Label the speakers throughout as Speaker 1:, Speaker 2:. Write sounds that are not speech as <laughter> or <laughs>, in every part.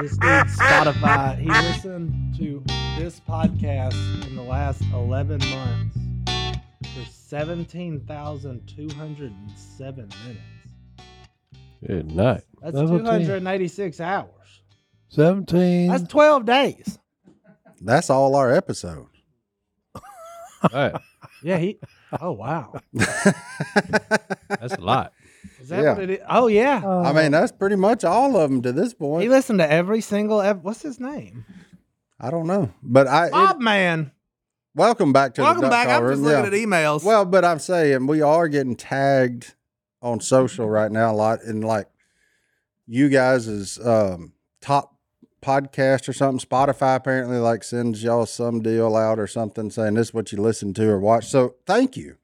Speaker 1: this dude Spotify. He listened to this podcast in the last 11 months for 17,207 minutes.
Speaker 2: Good night.
Speaker 1: That's
Speaker 2: That's what I'm saying.
Speaker 1: 286 hours.
Speaker 2: 17.
Speaker 1: That's 12 days.
Speaker 3: That's all our episode. <laughs>
Speaker 2: All right.
Speaker 1: Yeah, he. Oh wow,
Speaker 2: That's a lot.
Speaker 1: is that
Speaker 3: Yeah.
Speaker 1: what it is? Oh yeah,
Speaker 3: I mean, that's pretty much all of them to this
Speaker 1: he
Speaker 3: point.
Speaker 1: listened to every single. Ev- What's his name?
Speaker 3: I don't know, but I it-
Speaker 1: Bob Man.
Speaker 3: welcome back to the
Speaker 1: Welcome
Speaker 3: Duck
Speaker 1: back. I'm
Speaker 3: Call
Speaker 1: just
Speaker 3: Room.
Speaker 1: looking
Speaker 3: Yeah.
Speaker 1: at emails.
Speaker 3: Well, but I'm saying we are getting tagged on social
Speaker 1: Mm-hmm.
Speaker 3: right now a lot, and like you guys is um, top podcast or something. Spotify apparently like sends y'all some deal out or something saying this is what you listen to or watch. So thank you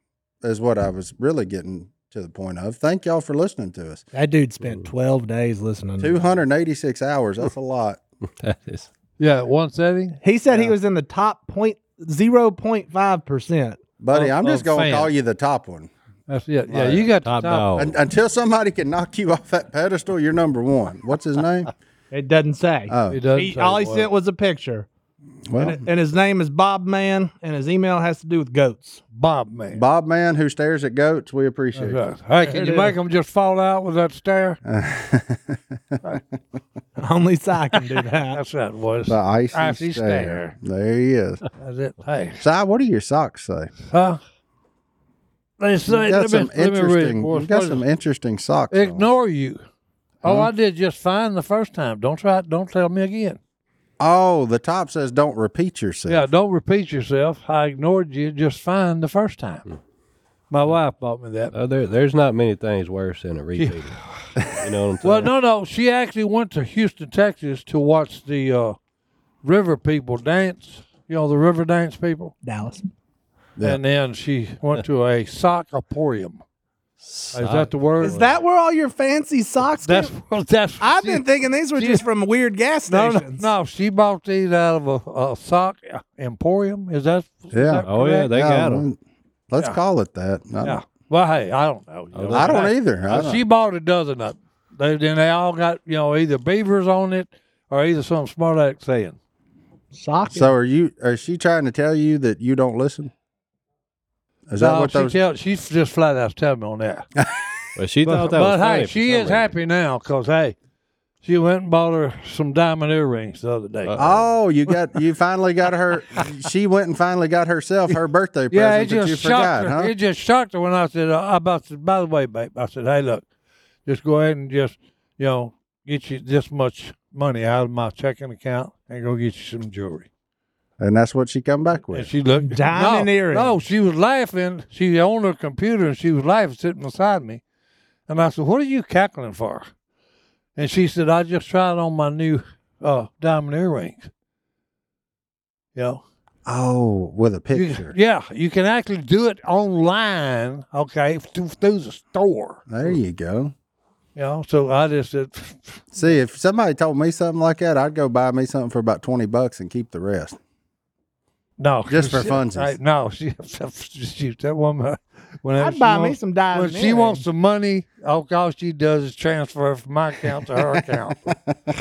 Speaker 3: is what I was really getting to the point of. Thank y'all for listening to us.
Speaker 1: that dude spent 12 days
Speaker 2: Mm.
Speaker 1: listening.
Speaker 3: Two hundred eighty six hours. That's
Speaker 2: <laughs>
Speaker 3: a lot.
Speaker 2: That is. <laughs> Yeah, 170.
Speaker 1: He said he
Speaker 3: Yeah.
Speaker 1: was in the top point zero point five percent.
Speaker 3: Buddy,
Speaker 2: Oh,
Speaker 3: I'm just
Speaker 2: oh,
Speaker 3: going to
Speaker 2: fan.
Speaker 3: call you the top one.
Speaker 2: That's yeah. Uh, Yeah,
Speaker 3: Right.
Speaker 2: you got the
Speaker 4: Top
Speaker 2: top,
Speaker 4: dog.
Speaker 3: Un- until somebody can knock you <laughs> off that pedestal, you're number one. What's
Speaker 2: <laughs>
Speaker 3: his name?
Speaker 1: It doesn't say.
Speaker 3: Oh,
Speaker 2: Uh, It doesn't
Speaker 1: He-
Speaker 2: say
Speaker 1: all he
Speaker 2: what. Oh.
Speaker 1: sent was a picture,
Speaker 3: well,
Speaker 1: and, and his name is Bob Man, and his email has to do with goats. <laughs>
Speaker 2: Bob man.
Speaker 3: Bob Man who stares at goats, we appreciate
Speaker 2: That's
Speaker 3: it.
Speaker 2: right. Hey,
Speaker 1: There
Speaker 2: can you
Speaker 1: it
Speaker 2: make
Speaker 1: is.
Speaker 2: them just fall out with that stare?
Speaker 1: Only Si
Speaker 2: <laughs>
Speaker 1: can do that.
Speaker 2: That's that voice.
Speaker 3: The icy,
Speaker 2: Icy
Speaker 3: stare. There he
Speaker 2: <laughs>
Speaker 3: is.
Speaker 2: That's it. Hey,
Speaker 3: Si, what do your socks say?
Speaker 2: huh? They say,
Speaker 3: You got
Speaker 2: let me, let
Speaker 3: some
Speaker 2: me read it.
Speaker 3: interesting.
Speaker 2: for
Speaker 3: You
Speaker 2: us.
Speaker 3: got
Speaker 2: What
Speaker 3: some Hmm?
Speaker 2: is-
Speaker 3: interesting socks. on.
Speaker 2: Ignore you. Oh,
Speaker 3: Huh?
Speaker 2: I did just fine the first time. Don't try. Don't tell me again.
Speaker 3: Oh, the top says don't repeat yourself.
Speaker 2: Yeah, don't repeat yourself. I ignored you just fine the first time. My wife bought me that.
Speaker 4: Oh, there, there's not many things worse than a repeater. you know what
Speaker 2: <laughs>
Speaker 4: I'm saying?
Speaker 2: Well, no, no. She actually went to Houston, Texas to watch the uh, river people dance. You know, the river dance people.
Speaker 1: Dallas.
Speaker 3: Yeah.
Speaker 2: And then she went to a sock emporium. Is that the word?
Speaker 1: Is that where all your fancy socks? Came?
Speaker 3: <laughs>
Speaker 2: That's well, that's.
Speaker 1: I've
Speaker 2: she-
Speaker 1: been thinking these were just from weird gas
Speaker 2: No, no,
Speaker 1: stations.
Speaker 2: no, she bought these out of a, a sock emporium. Is that? is
Speaker 3: Yeah.
Speaker 2: that
Speaker 4: Oh, yeah,
Speaker 2: correct?
Speaker 4: they got
Speaker 3: Yeah,
Speaker 4: 'em.
Speaker 3: Let's
Speaker 2: Yeah.
Speaker 3: call it that. I,
Speaker 2: Yeah. Well, hey, I don't know. you
Speaker 4: Oh,
Speaker 2: know.
Speaker 3: I don't either. I
Speaker 2: Uh,
Speaker 3: don't-
Speaker 2: she bought a dozen of them. They, then they all got you know either beavers on it or either some smart aleck saying.
Speaker 1: Sock.
Speaker 3: so are you? Are she trying to tell you that you don't listen? Is that
Speaker 2: No,
Speaker 3: what
Speaker 2: she
Speaker 3: those?
Speaker 2: tell, she's just flat out telling me on that.
Speaker 4: Well, she
Speaker 2: But,
Speaker 4: thought that
Speaker 2: but
Speaker 4: was funny
Speaker 2: hey,
Speaker 4: for
Speaker 2: she
Speaker 4: some
Speaker 2: is
Speaker 4: reason.
Speaker 2: happy now because hey, she went and bought her some diamond earrings the other day.
Speaker 4: Uh,
Speaker 3: Oh, you got
Speaker 2: <laughs>
Speaker 3: you finally got her. she went and finally got herself her birthday
Speaker 2: yeah, it
Speaker 3: present that you
Speaker 2: just shocked
Speaker 3: forgot,
Speaker 2: her.
Speaker 3: huh?
Speaker 2: It just shocked her when I said uh, about said, by the way, babe, I said, hey, look, just go ahead and just you know get you this much money out of my checking account and go get you some jewelry.
Speaker 3: and that's what she come back with.
Speaker 2: And she <laughs> looked
Speaker 1: Diamond
Speaker 2: no,
Speaker 1: earring.
Speaker 2: No, she was laughing. She was on her computer and she was laughing sitting beside me. And I said, What are you cackling for? And she said, I just tried on my new uh, diamond earrings. You know,
Speaker 3: oh, with a
Speaker 2: you-
Speaker 3: picture.
Speaker 2: yeah, you can actually do it online, okay, through, through the store.
Speaker 3: There you go.
Speaker 2: You know, so I just said, <laughs>
Speaker 3: See, if somebody told me something like that, I'd go buy me something for about twenty bucks and keep the rest.
Speaker 2: No, <laughs>
Speaker 3: Just for funsies.
Speaker 2: I, no, she, <laughs> she, that woman. Whenever
Speaker 1: I'd
Speaker 2: she
Speaker 1: buy me
Speaker 2: wants-
Speaker 1: some diamond.
Speaker 2: When she wants some money, all, all she does is transfer from my account to her account.
Speaker 3: <laughs>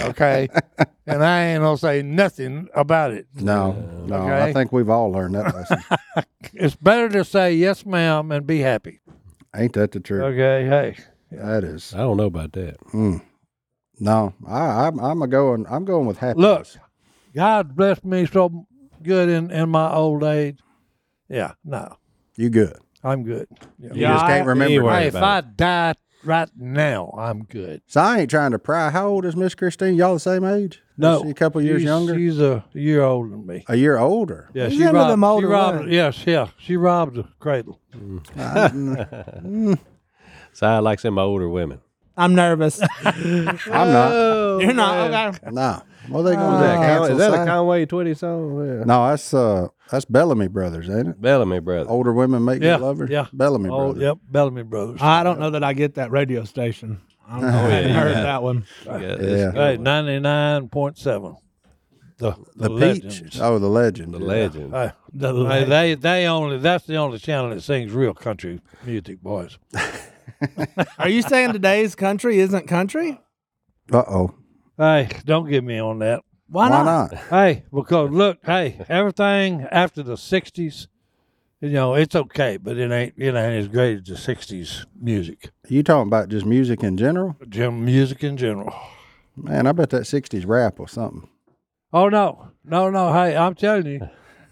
Speaker 2: Okay. And I ain't gonna say nothing about it.
Speaker 3: No, no, I
Speaker 2: Okay.
Speaker 3: think we've all learned
Speaker 2: <laughs>
Speaker 3: that lesson.
Speaker 2: It's better to say yes, ma'am, and be happy.
Speaker 3: Ain't that the truth?
Speaker 2: Okay. Hey.
Speaker 3: That is.
Speaker 4: I don't know about that.
Speaker 3: No, I, I'm, I'm a going. I'm going with happiness.
Speaker 2: Look. God bless me so good in, in my old age. Yeah. No,
Speaker 3: you good.
Speaker 2: I'm good. Yeah.
Speaker 3: You just can't remember.
Speaker 4: anyway.
Speaker 2: Hey,
Speaker 4: worry
Speaker 2: if I
Speaker 4: about
Speaker 2: die right now, I'm good.
Speaker 3: So I ain't trying to pry. How old is Miss Christine? Y'all the same age?
Speaker 2: No,
Speaker 3: Is she a couple years
Speaker 2: she's-
Speaker 3: younger.
Speaker 2: She's a year older than me.
Speaker 3: a year older.
Speaker 2: Yeah,
Speaker 1: She's into them older
Speaker 2: she robbed,
Speaker 1: women.
Speaker 2: yes, yeah, she robbed the cradle.
Speaker 4: So I like some older women.
Speaker 1: I'm
Speaker 2: <laughs>
Speaker 1: nervous. <laughs>
Speaker 3: I'm not.
Speaker 1: You're
Speaker 2: Oh,
Speaker 1: not. Okay.
Speaker 3: No. What are they going to do? Cancel
Speaker 4: is that a
Speaker 3: Si?
Speaker 4: Conway 20 song? Yeah.
Speaker 3: No, that's uh, that's Bellamy Brothers, ain't it?
Speaker 4: Bellamy, brother.
Speaker 3: Older women make
Speaker 2: Yeah,
Speaker 3: you love her.
Speaker 2: yeah.
Speaker 3: Bellamy
Speaker 2: Oh,
Speaker 3: Brothers.
Speaker 2: yep, Bellamy Brothers.
Speaker 1: I don't know that I get that radio station. I don't know. I
Speaker 2: Oh,
Speaker 4: yeah,
Speaker 1: haven't
Speaker 4: you
Speaker 1: heard
Speaker 4: got it.
Speaker 1: that one.
Speaker 4: Yeah, this
Speaker 3: Yeah.
Speaker 4: is
Speaker 2: hey,
Speaker 4: good one.
Speaker 2: ninety nine point seven. The
Speaker 3: The, peach. Oh, the legend.
Speaker 4: The
Speaker 3: yeah.
Speaker 4: legend.
Speaker 2: Hey,
Speaker 1: The lady.
Speaker 2: hey, they they only that's the only channel that sings real country music, boys.
Speaker 1: Are you saying today's country isn't country?
Speaker 3: Uh oh.
Speaker 2: Hey, don't get me on that.
Speaker 3: Why not?
Speaker 2: Hey, because look, hey, everything after the '60s, you know, it's okay, but it ain't it ain't as great as the '60s music,
Speaker 3: You talking about just music in general?
Speaker 2: Jim music in general.
Speaker 3: Man, I bet that '60s rap or something.
Speaker 2: Oh no, no, no! Hey, I'm telling you,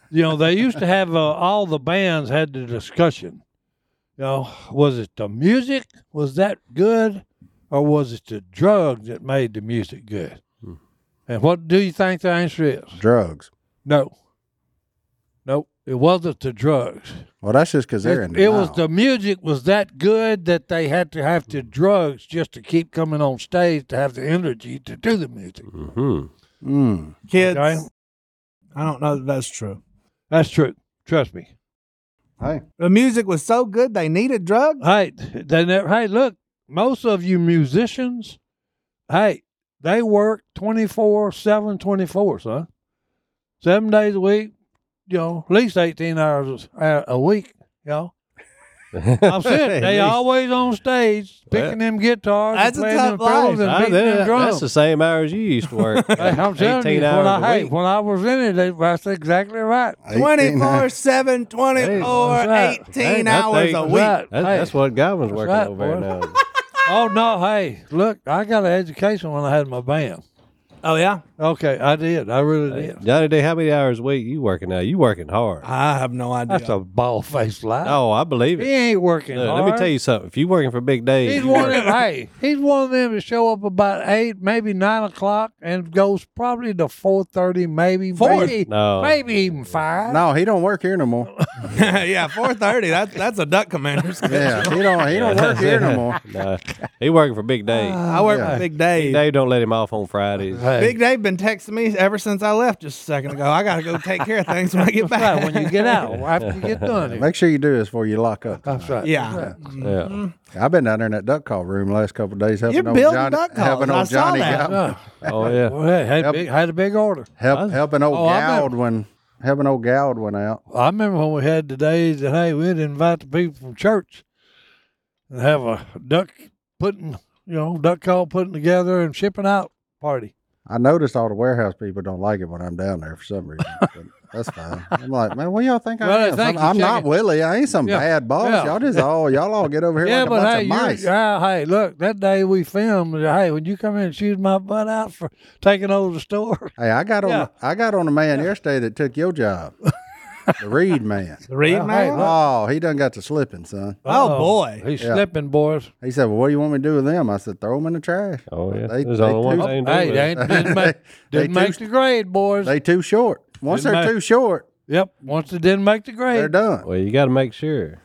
Speaker 2: you know they used to have uh, all the bands had the discussion. You know, was it the music? Was that good, or was it the drug that made the music good?
Speaker 4: Hmm.
Speaker 2: And what do you think the answer is?
Speaker 3: Drugs.
Speaker 2: No. Nope. It wasn't the drugs.
Speaker 3: Well, that's just because they're in
Speaker 2: It,
Speaker 3: denial.
Speaker 2: it was the music was that good that they had to have the drugs just to keep coming on stage to have the energy to do the music.
Speaker 4: Mm-hmm.
Speaker 3: Mm.
Speaker 5: Kids,
Speaker 2: Okay.
Speaker 5: I don't know that that's true.
Speaker 2: That's true. Trust me.
Speaker 3: Hey,
Speaker 5: The music was so good they needed drugs.
Speaker 2: Hey, they never, hey, look, most of you musicians, hey, they work 24 7, 24, son. Seven days a week, you know, at least 18 hours a, a week, you know.
Speaker 5: <laughs>
Speaker 2: I'm saying they
Speaker 5: At least.
Speaker 2: always on stage picking them guitars,
Speaker 5: That's
Speaker 2: and
Speaker 5: a
Speaker 2: playing
Speaker 5: tough
Speaker 2: them fiddles
Speaker 5: life.
Speaker 2: and beating them
Speaker 4: that's
Speaker 2: drums.
Speaker 4: the same hours you used to work.
Speaker 2: <laughs> Hey, I'm telling you,
Speaker 4: 18
Speaker 2: when
Speaker 4: hours a
Speaker 2: I, hey,
Speaker 4: week.
Speaker 2: when I was in it, they- that's exactly right.
Speaker 3: Uh,
Speaker 5: 24 7,
Speaker 4: Hey,
Speaker 5: 24,
Speaker 2: what's that?
Speaker 5: 18
Speaker 4: Hey, that
Speaker 5: hours
Speaker 4: thing-
Speaker 5: a
Speaker 4: what's
Speaker 5: week.
Speaker 2: that?
Speaker 4: That's,
Speaker 2: Hey.
Speaker 4: that's what Godwin's working
Speaker 2: right,
Speaker 4: over
Speaker 2: boy.
Speaker 4: there now.
Speaker 2: <laughs> Oh no, hey, look, I got an education when I had my band.
Speaker 5: Oh, yeah.
Speaker 2: Okay, I did. I really did.
Speaker 4: Johnny Day, how many hours a week you working now? You working hard.
Speaker 5: I have no idea.
Speaker 2: That's a bald faced lie.
Speaker 4: Oh, I believe
Speaker 2: he
Speaker 4: it.
Speaker 2: ain't working.
Speaker 4: Look,
Speaker 2: hard.
Speaker 4: let me tell you something. If you working for Big Dave,
Speaker 2: He's
Speaker 4: you
Speaker 2: one of
Speaker 4: work-
Speaker 2: them. Hey, he's one of them that show up about eight, maybe nine o'clock, and goes probably to four thirty, maybe
Speaker 5: Four?
Speaker 2: maybe,
Speaker 4: No.
Speaker 2: maybe even five.
Speaker 3: <laughs> no, he don't work here no more.
Speaker 5: <laughs> yeah, 430. That, that's a duck commander's.
Speaker 3: Yeah, he don't. He don't work here no more.
Speaker 4: Nah, he working for
Speaker 2: Ah,
Speaker 4: Big Dave.
Speaker 5: I work
Speaker 3: Yeah.
Speaker 5: with Big Dave.
Speaker 4: Big Dave don't let him off on Fridays.
Speaker 2: Hey,
Speaker 5: Big Dave been texting me ever since I left just a second ago. I gotta go take care of things when I get
Speaker 2: that's right,
Speaker 5: back.
Speaker 2: when you
Speaker 4: <laughs>
Speaker 2: get out after you get done. Here.
Speaker 3: Make sure you do this before you lock up.
Speaker 2: That's right.
Speaker 5: <laughs>
Speaker 2: That's
Speaker 5: yeah,
Speaker 2: right.
Speaker 4: Yeah.
Speaker 3: I've been down there in that duck call room last couple of days helping
Speaker 5: You're
Speaker 3: old
Speaker 5: building
Speaker 3: Johnny,
Speaker 5: duck calls.
Speaker 3: helping
Speaker 5: I
Speaker 3: old
Speaker 5: saw
Speaker 3: Johnny
Speaker 5: that.
Speaker 3: Gow-
Speaker 2: Yeah.
Speaker 4: Oh yeah.
Speaker 2: Well, hey, had,
Speaker 3: Yep.
Speaker 2: big, had a big order.
Speaker 3: help, helping old
Speaker 2: Oh, I bet.
Speaker 3: Gowd when helping old Gowd went out.
Speaker 2: I remember when we had the days that hey, we'd invite the people from church and have a duck putting, you know, duck call putting together and shipping out party.
Speaker 3: I noticed all the warehouse people don't like it when I'm down there for some reason. but that's fine. I'm like, man, what y'all think I
Speaker 2: Well, I
Speaker 3: am?
Speaker 2: think
Speaker 3: I'm,
Speaker 2: you
Speaker 3: I'm not
Speaker 2: checking-
Speaker 3: Willie. I ain't some
Speaker 2: Yeah.
Speaker 3: bad boss.
Speaker 2: Yeah.
Speaker 3: Y'all just all y'all all get over here
Speaker 2: yeah,
Speaker 3: like a
Speaker 2: but
Speaker 3: bunch
Speaker 2: hey,
Speaker 3: of
Speaker 2: you're-
Speaker 3: mice.
Speaker 2: yeah, hey, look, that day we filmed. Hey, when you come in and shoot my butt out for taking over the store,
Speaker 3: Hey, I got on
Speaker 2: Yeah.
Speaker 3: I got on a man yesterday that took
Speaker 2: <laughs>
Speaker 3: your job. the Reed man.
Speaker 5: the read
Speaker 2: Well, hey,
Speaker 5: man.
Speaker 2: look.
Speaker 3: Oh, he done got to slipping, son.
Speaker 5: Oh,
Speaker 2: Uh-oh.
Speaker 5: boy.
Speaker 2: he's
Speaker 3: Yeah.
Speaker 2: slipping, boys.
Speaker 3: He said, Well, what do you want me to do with them? I said, throw them in the trash.
Speaker 4: Oh yeah.
Speaker 3: They-
Speaker 4: There's
Speaker 3: they
Speaker 4: only one
Speaker 3: too-
Speaker 4: thing to do
Speaker 2: Hey,
Speaker 4: with
Speaker 2: they
Speaker 4: it.
Speaker 2: ain't,
Speaker 3: <laughs>
Speaker 2: didn't make,
Speaker 3: They
Speaker 2: didn't
Speaker 3: too-
Speaker 2: make the grade, boys.
Speaker 3: They too short. Once
Speaker 2: Didn't
Speaker 3: they're
Speaker 2: matter.
Speaker 3: too short,
Speaker 2: yep, once they didn't make the
Speaker 3: they're
Speaker 2: grade,
Speaker 3: done.
Speaker 4: Well, you got to make sure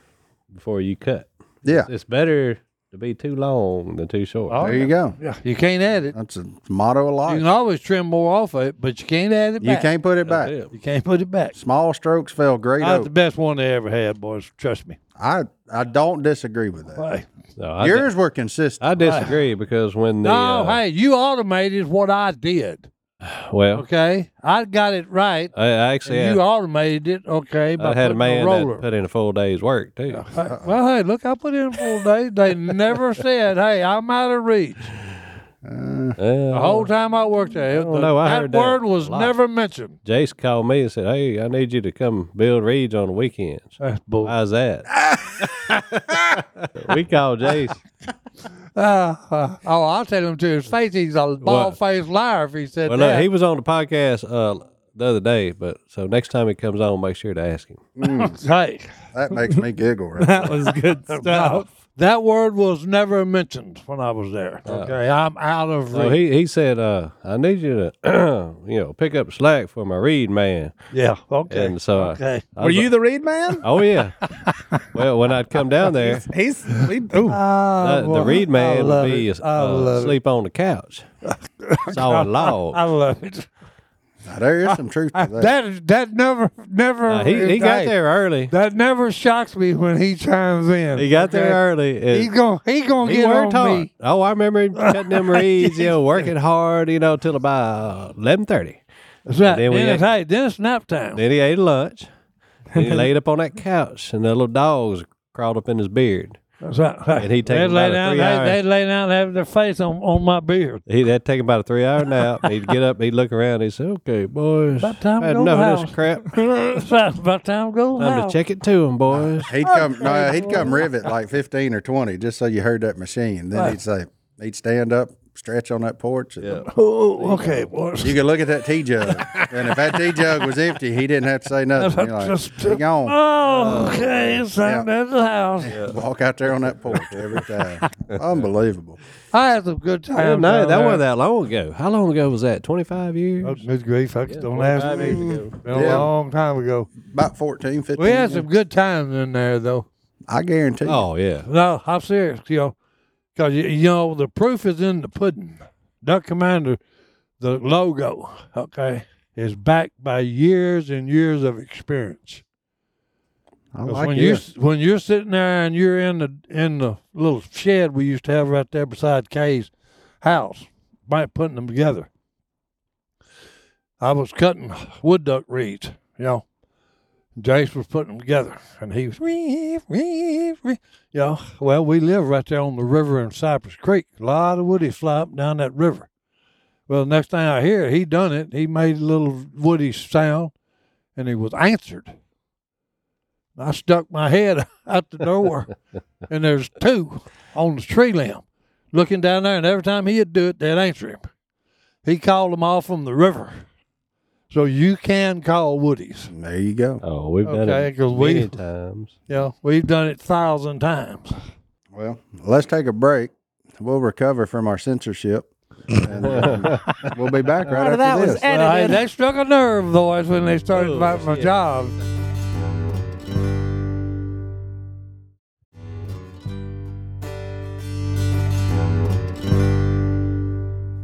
Speaker 4: before you cut.
Speaker 3: Yeah.
Speaker 4: It's better to be too long than too short.
Speaker 2: Oh.
Speaker 3: There you go.
Speaker 2: yeah, you can't add it.
Speaker 3: That's a motto of
Speaker 2: You
Speaker 3: life.
Speaker 2: can always trim more off of it, but you can't add it
Speaker 3: You
Speaker 2: back.
Speaker 3: can't put it
Speaker 4: That's
Speaker 3: back.
Speaker 4: it.
Speaker 2: You can't put it back.
Speaker 3: Small strokes fell great
Speaker 2: That's the
Speaker 3: oak.
Speaker 2: best one they ever had, boys. Trust me.
Speaker 3: I, I don't disagree with that.
Speaker 2: Hey.
Speaker 4: No, I,
Speaker 3: Yours were consistent.
Speaker 4: I disagree because when the
Speaker 2: No,
Speaker 4: uh,
Speaker 2: hey, you automated what I did.
Speaker 4: well,
Speaker 2: Okay, I got it right.
Speaker 4: I, I actually
Speaker 2: and
Speaker 4: had,
Speaker 2: you automated it. Okay, by
Speaker 4: I had a
Speaker 2: putting
Speaker 4: man
Speaker 2: roller.
Speaker 4: that put in a full day's work too.
Speaker 2: <laughs> Hey, well, hey, look, I put in full day.
Speaker 4: <laughs>
Speaker 2: They never said, "Hey, I'm out of reach."
Speaker 4: Yeah,
Speaker 2: The
Speaker 4: Uh,
Speaker 2: whole time I worked there,
Speaker 4: don't
Speaker 2: the-
Speaker 4: know. Oh. I
Speaker 2: that
Speaker 4: heard that
Speaker 2: word
Speaker 4: a
Speaker 2: was
Speaker 4: lot.
Speaker 2: never mentioned.
Speaker 4: Jace called me and said, "Hey, I need you to come build reeds on the weekends."
Speaker 2: That's bull.
Speaker 4: How's
Speaker 2: <laughs>
Speaker 4: that? we called Jace.
Speaker 2: Uh, uh, oh, I'll tell him to his face. He's a bald-faced liar if he said
Speaker 4: <laughs> Well,
Speaker 2: that.
Speaker 4: look, he was on the podcast uh, the other day, but so next time he comes on, make sure to ask him.
Speaker 2: hey,
Speaker 3: That makes me giggle. Right there.
Speaker 5: That was
Speaker 2: <laughs>
Speaker 5: good
Speaker 2: no,
Speaker 5: stuff.
Speaker 2: that word was never mentioned when I was there. Okay, I'm out of reach.
Speaker 4: So Oh. he he said, uh, "I need you to, <clears throat> you know, pick up slack for my reed man."
Speaker 2: yeah. Okay.
Speaker 4: And so, uh, I-
Speaker 2: okay.
Speaker 4: I,
Speaker 5: Were
Speaker 4: was
Speaker 5: you the read man?
Speaker 4: like, oh
Speaker 2: <laughs>
Speaker 4: yeah. well, when I'd come down there,
Speaker 5: He's we, ooh.
Speaker 2: Ah,
Speaker 4: uh, the reed man would be
Speaker 2: it.
Speaker 4: uh,
Speaker 2: I love
Speaker 4: sleep on
Speaker 2: <laughs>
Speaker 4: the couch,
Speaker 2: it.
Speaker 4: saw a
Speaker 2: I
Speaker 4: log.
Speaker 2: love
Speaker 4: <laughs>
Speaker 2: it.
Speaker 3: Now, there is some truth to that.
Speaker 2: That is- that never never
Speaker 4: Now, he he
Speaker 2: hey,
Speaker 4: got there early.
Speaker 2: That never shocks me when he chimes in.
Speaker 4: He got there
Speaker 2: okay?
Speaker 4: early. and-
Speaker 2: He's gonna he gonna
Speaker 4: He
Speaker 2: get
Speaker 4: worked
Speaker 2: on
Speaker 4: hard.
Speaker 2: me.
Speaker 4: Oh,
Speaker 2: <laughs>
Speaker 4: I remember him cutting them reeds, you know, working hard, you know, till about eleven thirty.
Speaker 2: That's right.
Speaker 4: then
Speaker 2: Then,
Speaker 4: we
Speaker 2: it's,
Speaker 4: had-
Speaker 2: hey, then it's nap time.
Speaker 4: Then
Speaker 2: <laughs>
Speaker 4: he ate lunch. Then he laid up on that couch, and the little dogs crawled up in his beard.
Speaker 2: That's right.
Speaker 4: And he take
Speaker 2: they'd
Speaker 4: about
Speaker 2: lay
Speaker 4: a
Speaker 2: down,
Speaker 4: three hour-
Speaker 2: they, would lay down and have their face on, on my beard. <laughs>
Speaker 4: He'd had taken about a three hour nap. He'd get up, he'd look around, he'd say, Okay, boys.
Speaker 2: About time
Speaker 4: I
Speaker 2: to go
Speaker 4: had enough
Speaker 2: to
Speaker 4: of
Speaker 2: the
Speaker 4: this crap.
Speaker 2: house. That's about time to go to the
Speaker 4: Time to
Speaker 2: house.
Speaker 4: check it to
Speaker 2: <laughs>
Speaker 4: him, boys.
Speaker 6: He'd come, no, he'd come rivet like fifteen or twenty, just so you heard that machine. Then
Speaker 2: Right.
Speaker 6: he'd say, he'd stand up, stretch on that porch. and-
Speaker 4: Yeah.
Speaker 2: Oh, okay, boys.
Speaker 6: You could look at that tea jug, and if that tea jug was empty, he didn't have to say nothing. You're like,
Speaker 2: Just-
Speaker 6: "He gone."
Speaker 2: Oh, okay. It's time to the house.
Speaker 6: Walk out there on that porch every time. Unbelievable.
Speaker 2: I had some good
Speaker 4: I
Speaker 2: times.
Speaker 4: didn't know
Speaker 2: down
Speaker 4: that
Speaker 2: there.
Speaker 4: wasn't that long ago. How long ago was that? Twenty five years?
Speaker 2: Oh, good grief. I
Speaker 4: Yeah,
Speaker 2: don't ask
Speaker 4: 25
Speaker 2: me.
Speaker 4: years ago.
Speaker 2: <laughs> Been a
Speaker 6: Yeah.
Speaker 2: long time ago.
Speaker 6: About 14, 15.
Speaker 2: We had some good times in there, though.
Speaker 6: I guarantee. you.
Speaker 4: Oh yeah.
Speaker 2: No, I'm serious, you know, because, you, you know, the proof is in the pudding. Duck Commander, the logo, okay, is backed by years and years of experience.
Speaker 6: I
Speaker 2: 'Cause
Speaker 6: like
Speaker 2: when
Speaker 6: it.
Speaker 2: you when you're sitting there and you're in the in the little shed we used to have right there beside Kay's house, by putting them together. I was cutting wood duck reeds, you know. Jace was putting them together, and he was, "Reef, reef, reef." you know. Well, we live right there on the river in Cypress Creek. A lot of woody fly up down that river. Well, next thing I hear, he done it. He made a little woody sound, and he was answered. I stuck my head <laughs> out the door, and there's two on the tree limb looking down there. And every time he'd do it, they'd answer him. He called them all from the river. So you can call Woodies.
Speaker 6: there you go.
Speaker 4: Oh, we've done
Speaker 2: Okay,
Speaker 4: it
Speaker 2: 'cause we-
Speaker 4: many times.
Speaker 2: You know, we've done it thousand times.
Speaker 6: Well, let's take a break. We'll recover from our censorship, and um, we'll be back right after
Speaker 1: that was
Speaker 6: this.
Speaker 2: Well, hey,
Speaker 1: edited.
Speaker 2: they struck a nerve, boys, when they started
Speaker 4: Oh,
Speaker 2: about my
Speaker 4: shit.
Speaker 2: job.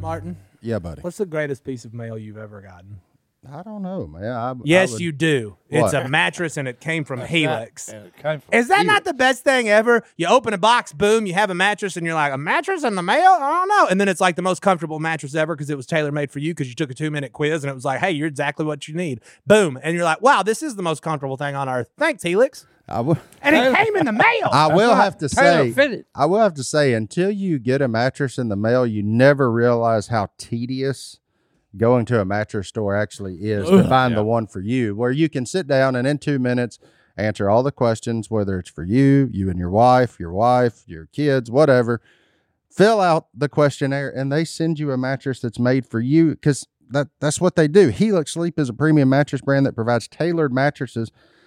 Speaker 1: Martin,
Speaker 6: yeah, buddy.
Speaker 1: what's the greatest piece of mail you've ever gotten?
Speaker 6: I don't know, man. I,
Speaker 1: Yes,
Speaker 6: I would-
Speaker 1: you do. It's
Speaker 6: What?
Speaker 1: a mattress and it came from Helix.
Speaker 2: And it came from
Speaker 1: Is that
Speaker 2: you.
Speaker 1: not the best thing ever? You open a box, boom, you have a mattress, and you're like, a mattress in the mail? I don't know. And then it's like the most comfortable mattress ever because it was tailor made for you because you took a two minute quiz and it was like, hey, you're exactly what you need. Boom. And you're like, wow, this is the most comfortable thing on earth. Thanks, Helix.
Speaker 3: I will,
Speaker 1: And it came in the mail.
Speaker 3: <laughs> I will have to
Speaker 2: Taylor
Speaker 3: say,
Speaker 2: fitted.
Speaker 3: I will have to say, until you get a mattress in the mail, you never realize how tedious going to a mattress store actually is to find the one for you, where you can sit down and in two minutes answer all the questions, whether it's for you, you and your wife, your wife, your kids, whatever. Fill out the questionnaire, and they send you a mattress that's made for you because that, that's what they do. Helix Sleep is a premium mattress brand that provides tailored mattresses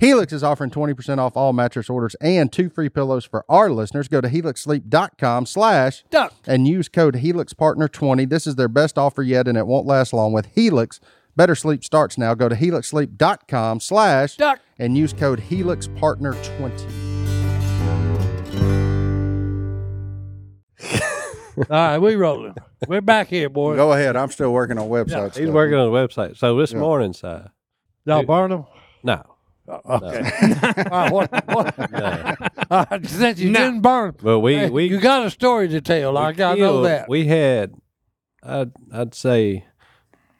Speaker 3: Helix is offering 20% off all mattress orders and two free pillows for our listeners. Go to helixsleep.com slash
Speaker 2: Duck.
Speaker 3: and use code HelixPartner20. This is their best offer yet, and it won't last long with Helix
Speaker 7: Better sleep starts now. Go to helixsleep.com slash
Speaker 8: Duck.
Speaker 7: and use code HelixPartner20.
Speaker 2: All right, we rolling. We're back here, boys.
Speaker 7: Go ahead. I'm still working on websites.
Speaker 4: He's working on the website. So this morning, Si.
Speaker 2: Y'all burn them?
Speaker 4: No.
Speaker 2: okay. <laughs> All right, what, what?
Speaker 4: no.
Speaker 2: All right, since you
Speaker 1: No.
Speaker 2: didn't burn 'em.
Speaker 4: But we,
Speaker 2: Hey,
Speaker 4: we
Speaker 2: you got a story to tell. I, I know
Speaker 4: killed-
Speaker 2: that.
Speaker 4: We had, I'd, I'd say,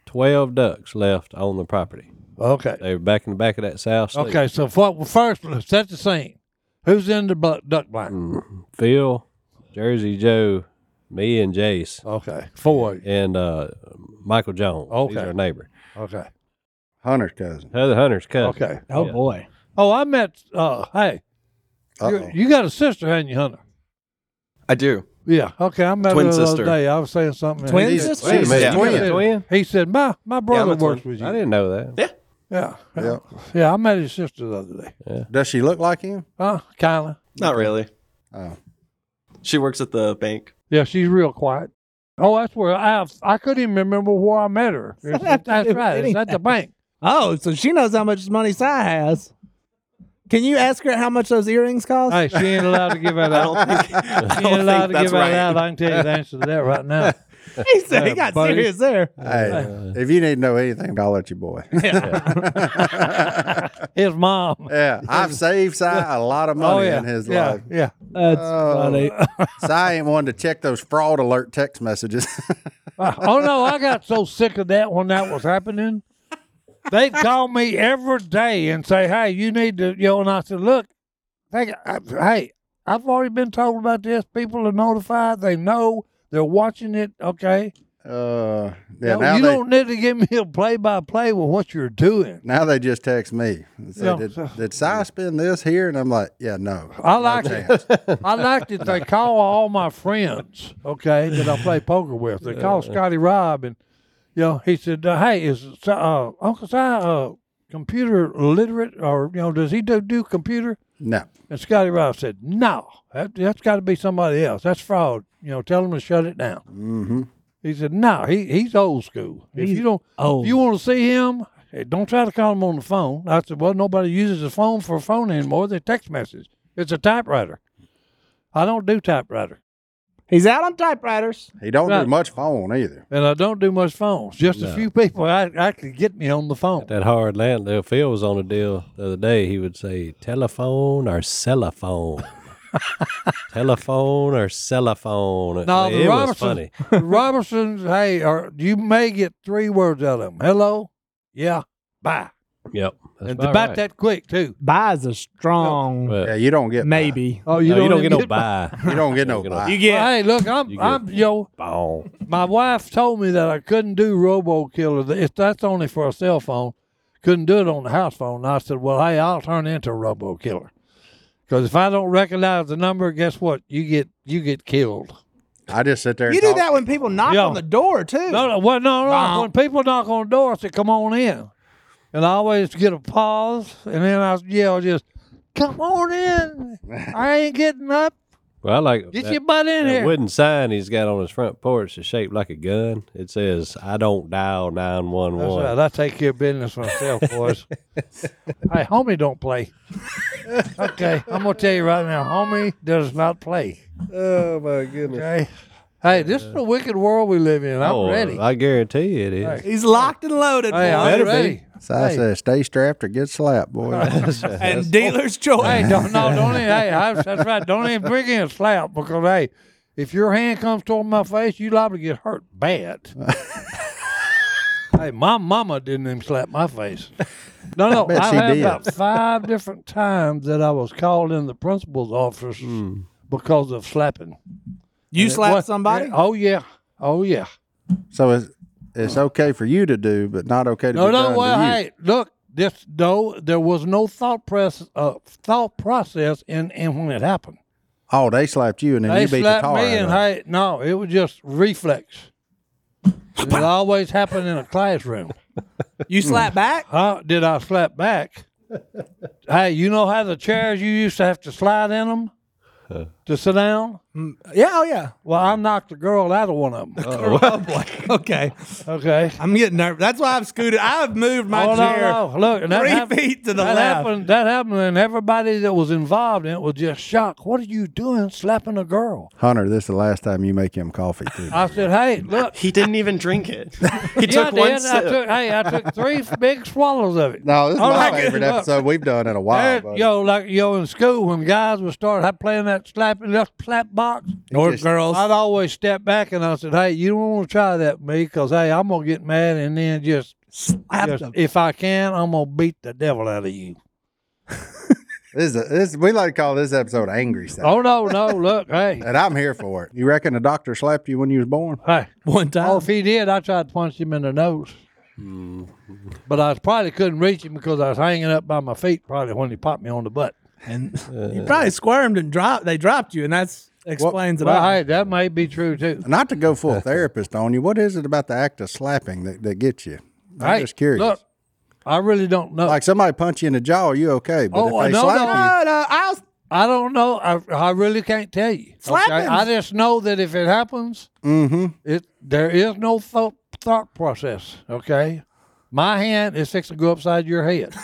Speaker 4: 12 ducks left on the property.
Speaker 2: okay.
Speaker 4: They were back in the back of that south sleeve.
Speaker 2: Okay, so what, first, let's set the scene. Who's in the bu- duck blind?
Speaker 4: Mm. Phil, Jersey Joe, me and Jace,
Speaker 2: Okay. Four. of you.
Speaker 4: and uh, Michael Jones. He's
Speaker 2: Okay.
Speaker 4: our neighbor.
Speaker 2: Okay.
Speaker 7: Hunter's cousin.
Speaker 4: Heather Hunter's <laughs> cousin.
Speaker 2: Okay.
Speaker 8: Oh
Speaker 4: Yeah.
Speaker 8: boy.
Speaker 2: Oh, I met, uh, hey,
Speaker 3: Uh-oh.
Speaker 2: you, you got a sister, haven't you, Hunter?
Speaker 9: I do.
Speaker 2: Yeah. Okay, I met
Speaker 9: Twin
Speaker 2: her the
Speaker 9: sister.
Speaker 2: other day. I was saying something. and
Speaker 1: Twins?
Speaker 2: he-
Speaker 1: Twin
Speaker 3: She's
Speaker 4: Wait a
Speaker 3: a
Speaker 4: minute.
Speaker 3: twin.
Speaker 4: You're a twin?
Speaker 2: He said, my, my brother
Speaker 9: a twin.
Speaker 2: works with you.
Speaker 4: I didn't know that.
Speaker 2: Yeah.
Speaker 3: Yeah.
Speaker 2: Yeah, I met his sister the other day.
Speaker 7: Does she look like him?
Speaker 2: Huh? Kyla.
Speaker 9: Not really.
Speaker 7: Oh.
Speaker 9: She works at the bank.
Speaker 2: Yeah, she's real quiet. Oh, that's where I I couldn't even remember where I met her. It's-
Speaker 8: have to
Speaker 2: that's
Speaker 8: do
Speaker 2: right. It's at the
Speaker 8: anything.
Speaker 2: bank.
Speaker 1: Oh, so she knows how much money Sai has. Can you ask her how much those earrings cost?
Speaker 2: Hey, she ain't allowed to give
Speaker 9: <laughs>
Speaker 2: that <laughs>
Speaker 9: I
Speaker 2: out.
Speaker 9: don't think, I
Speaker 2: She ain't
Speaker 9: don't
Speaker 2: allowed
Speaker 9: think
Speaker 2: to give
Speaker 9: that's
Speaker 2: that
Speaker 9: right.
Speaker 2: out. I can tell you the answer to that right
Speaker 9: <laughs>
Speaker 2: now.
Speaker 1: <laughs> he said he
Speaker 2: uh,
Speaker 1: got
Speaker 2: buddy.
Speaker 1: serious there.
Speaker 7: Hey, if you need to know anything, I'll let you boy. <laughs> Yeah.
Speaker 9: <laughs>
Speaker 2: His mom.
Speaker 7: I've saved Si a lot of
Speaker 2: Oh
Speaker 7: money
Speaker 2: yeah.
Speaker 7: in his
Speaker 2: yeah,
Speaker 7: life.
Speaker 2: Yeah.
Speaker 8: That's
Speaker 7: Oh. <laughs>
Speaker 8: funny.
Speaker 7: Si ain't wanted to check those fraud alert text messages. <laughs>
Speaker 2: Uh, oh no, I got so sick of that when that was happening. They'd call me every day and say, "Hey, you need to," you know, and I said, "Look, they, I, hey, I've already been told about this. People are notified. They know they're watching it. Okay,
Speaker 7: uh,
Speaker 2: You
Speaker 7: yeah,
Speaker 2: know,
Speaker 7: now,
Speaker 2: you
Speaker 7: they,
Speaker 2: don't need to give me a play-by-play with what you're doing.
Speaker 7: now they just text me. and say,
Speaker 2: Yeah.
Speaker 7: did, did Si spend this here? And I'm like, yeah, no.
Speaker 2: I like
Speaker 7: no
Speaker 2: it.
Speaker 7: chance.
Speaker 2: I like that they call all my friends, okay, that I play poker with. They call Scotty Robb, and you know, he said, uh, "Hey, is uh, Uncle Si uh, computer literate, or you know, does he do, do computer?"
Speaker 7: No.
Speaker 2: And Scotty Robb said, "No, that, that's got to be somebody else. That's fraud. You know, tell him to shut it down."
Speaker 7: Mm-hmm.
Speaker 2: He said, "No, he he's old school. if you don't,
Speaker 8: Oh,
Speaker 2: if you want to see him." hey, Don't try to call him on the phone. I said, Well, nobody uses a phone for a phone anymore. They text message. It's a typewriter. I don't do typewriter.
Speaker 1: He's out on typewriters.
Speaker 7: He don't
Speaker 2: Right.
Speaker 7: do much phone either.
Speaker 2: and I don't do much phones. Just a
Speaker 4: No.
Speaker 2: few people I, I could get me on the phone.
Speaker 4: <laughs> That hard land deal. Phil was on a deal the other day. He would say telephone or
Speaker 2: <laughs>
Speaker 4: cellophone. telephone or cellophone.
Speaker 2: No, the
Speaker 4: it was
Speaker 2: Robertsons-
Speaker 4: funny.
Speaker 2: Robertson's, hey, or you may get three words out of them. Hello, yeah, bye,
Speaker 4: Yep. That's
Speaker 2: and about
Speaker 4: right.
Speaker 2: that quick too.
Speaker 1: Buy is a strong
Speaker 4: But,
Speaker 7: Yeah, you don't get
Speaker 1: maybe.
Speaker 2: Oh,
Speaker 4: you, no, you don't
Speaker 2: even
Speaker 4: get no buy.
Speaker 7: You don't get no
Speaker 4: <laughs> You don't get
Speaker 7: buy.
Speaker 1: You
Speaker 2: Well,
Speaker 1: get
Speaker 2: Hey, look, I'm,
Speaker 4: You get-
Speaker 2: I'm, yo.
Speaker 4: Boom.
Speaker 2: My wife told me that I couldn't do Robo Killer. If that's only for a cell phone, couldn't do it on the house phone. And I said, well, hey, I'll turn into Robo Killer, because if I don't recognize the number, guess what? You get you get killed.
Speaker 7: I just sit there. and
Speaker 1: you do
Speaker 7: talk.
Speaker 1: that when people knock
Speaker 2: Yeah.
Speaker 1: on the door too.
Speaker 2: No, no, well, no, no.
Speaker 1: Bonk.
Speaker 2: When people knock on the door, I say, "Come on in," and I always get a pause, and then I yell, "Just come on
Speaker 4: <laughs>
Speaker 2: in." I ain't getting up.
Speaker 4: Well, I like
Speaker 2: Get
Speaker 4: that,
Speaker 2: your butt in
Speaker 4: that
Speaker 2: here.
Speaker 4: wooden sign he's got on his front porch is shaped like a gun. It says, "I don't dial nine one
Speaker 2: That's
Speaker 4: one."
Speaker 2: right. I take care of business myself, boys. <laughs> hey, homie, don't play. okay, I'm gonna tell you right now, homie does not play.
Speaker 7: Oh my goodness.
Speaker 2: Okay. Hey, this is the wicked world we live in. I'm
Speaker 4: Oh,
Speaker 2: ready.
Speaker 4: I guarantee you it is.
Speaker 2: Hey.
Speaker 1: He's locked and loaded.
Speaker 2: Hey,
Speaker 1: boy.
Speaker 2: I'm ready.
Speaker 7: Si I
Speaker 2: Hey.
Speaker 7: says, stay strapped or get slapped, boy.
Speaker 2: <laughs>
Speaker 1: and dealer's choice.
Speaker 7: <laughs>
Speaker 2: Hey, don't no, don't even. Hey, I, that's right. Don't even bring in a slap because hey, if your hand comes toward my face, you liable to get hurt
Speaker 7: <laughs>
Speaker 2: bad. hey, my mama didn't even slap
Speaker 7: <laughs>
Speaker 2: my face. No, no,
Speaker 7: bet
Speaker 2: I,
Speaker 7: she
Speaker 2: had
Speaker 7: did.
Speaker 2: about five different times that I was called in the principal's office
Speaker 7: Hmm.
Speaker 2: because of slapping.
Speaker 1: you
Speaker 2: And it
Speaker 1: slap
Speaker 2: was-
Speaker 1: somebody.
Speaker 2: yeah, oh yeah. Oh yeah.
Speaker 7: so it's, it's okay for you to do, but not okay to
Speaker 2: No,
Speaker 7: be done
Speaker 2: no. Well,
Speaker 7: to you.
Speaker 2: hey, look. This no, there was no thought press, uh, thought process in, in when it happened.
Speaker 7: Oh, they slapped you and then
Speaker 2: They
Speaker 7: you beat the
Speaker 2: slapped
Speaker 7: tar
Speaker 2: me,
Speaker 7: out
Speaker 2: and
Speaker 7: of them.
Speaker 2: hey, no, it was just reflex.
Speaker 1: <laughs>
Speaker 2: it always happened in a classroom.
Speaker 1: You slap back.
Speaker 2: Huh? Did I slap back? hey, you know how the chairs you used to have to slide in them to sit down?
Speaker 1: Mm, yeah, oh
Speaker 2: <laughs>
Speaker 1: yeah.
Speaker 2: Well, I knocked a girl out of one
Speaker 1: <laughs>
Speaker 2: of them.
Speaker 1: Oh boy. Okay.
Speaker 2: Okay.
Speaker 1: I'm getting nervous. That's why I've scooted. I've moved my
Speaker 2: oh,
Speaker 1: chair
Speaker 2: no, no. Look, and that
Speaker 1: three
Speaker 2: hap-
Speaker 1: feet to the
Speaker 2: that
Speaker 1: left.
Speaker 2: happened. That happened, and everybody that was involved in it was just shocked. What are you doing, slapping a girl?
Speaker 3: Hunter, this is the last time you make him coffee, too.
Speaker 2: <laughs> I said, "Hey,
Speaker 1: <laughs>
Speaker 2: look."
Speaker 9: He didn't even
Speaker 2: <laughs>
Speaker 9: drink it. He
Speaker 2: yeah,
Speaker 9: took
Speaker 2: I
Speaker 9: one
Speaker 2: did. I
Speaker 9: sip.
Speaker 2: took, hey, I
Speaker 1: <laughs>
Speaker 2: took three big swallows of it.
Speaker 3: no, this is
Speaker 2: Oh,
Speaker 3: my
Speaker 2: my
Speaker 3: favorite
Speaker 2: goodness.
Speaker 3: episode we've done in a while.
Speaker 2: There-
Speaker 3: buddy.
Speaker 2: yo, like yo, in school when guys would start ha- playing that slap that slap box,
Speaker 1: North girls.
Speaker 2: I'd always step back and I said, "Hey, you don't want to try that, with me, because hey, I'm gonna get mad and then just,
Speaker 1: Slap
Speaker 2: just
Speaker 1: them.
Speaker 2: if I can, I'm gonna beat the devil out of you."
Speaker 3: This is a, this, we like to call this episode Angry Stuff.
Speaker 2: Oh no, no, look, <laughs> hey,
Speaker 3: And I'm here for it. You reckon the doctor slapped you when you was born?
Speaker 2: hey.
Speaker 1: one time.
Speaker 2: Oh, if he did, I tried to punch him in the nose. But I probably couldn't reach him because I was hanging up by my feet probably when he popped me on the butt.
Speaker 1: and you probably squirmed and dropped. They dropped you, and that's explains it
Speaker 2: Uh, Well,
Speaker 1: all.
Speaker 2: hey, that may be true too.
Speaker 3: Not to go <laughs> full therapist on you. What is it about the act of slapping that, that gets you? I'm
Speaker 2: Hey,
Speaker 3: just curious.
Speaker 2: Look, I really don't know.
Speaker 3: like somebody punch you in the jaw, you okay? But
Speaker 2: Oh,
Speaker 3: if they
Speaker 2: no,
Speaker 3: slap
Speaker 2: no.
Speaker 1: No,
Speaker 3: you,
Speaker 1: no, I was
Speaker 2: I don't know. I, I really can't tell you.
Speaker 1: Slappings.
Speaker 2: I just know that if it happens,
Speaker 3: mm-hmm.
Speaker 2: it there is no thought thought process. Okay, my hand is fixed to go upside your
Speaker 3: <laughs>
Speaker 2: head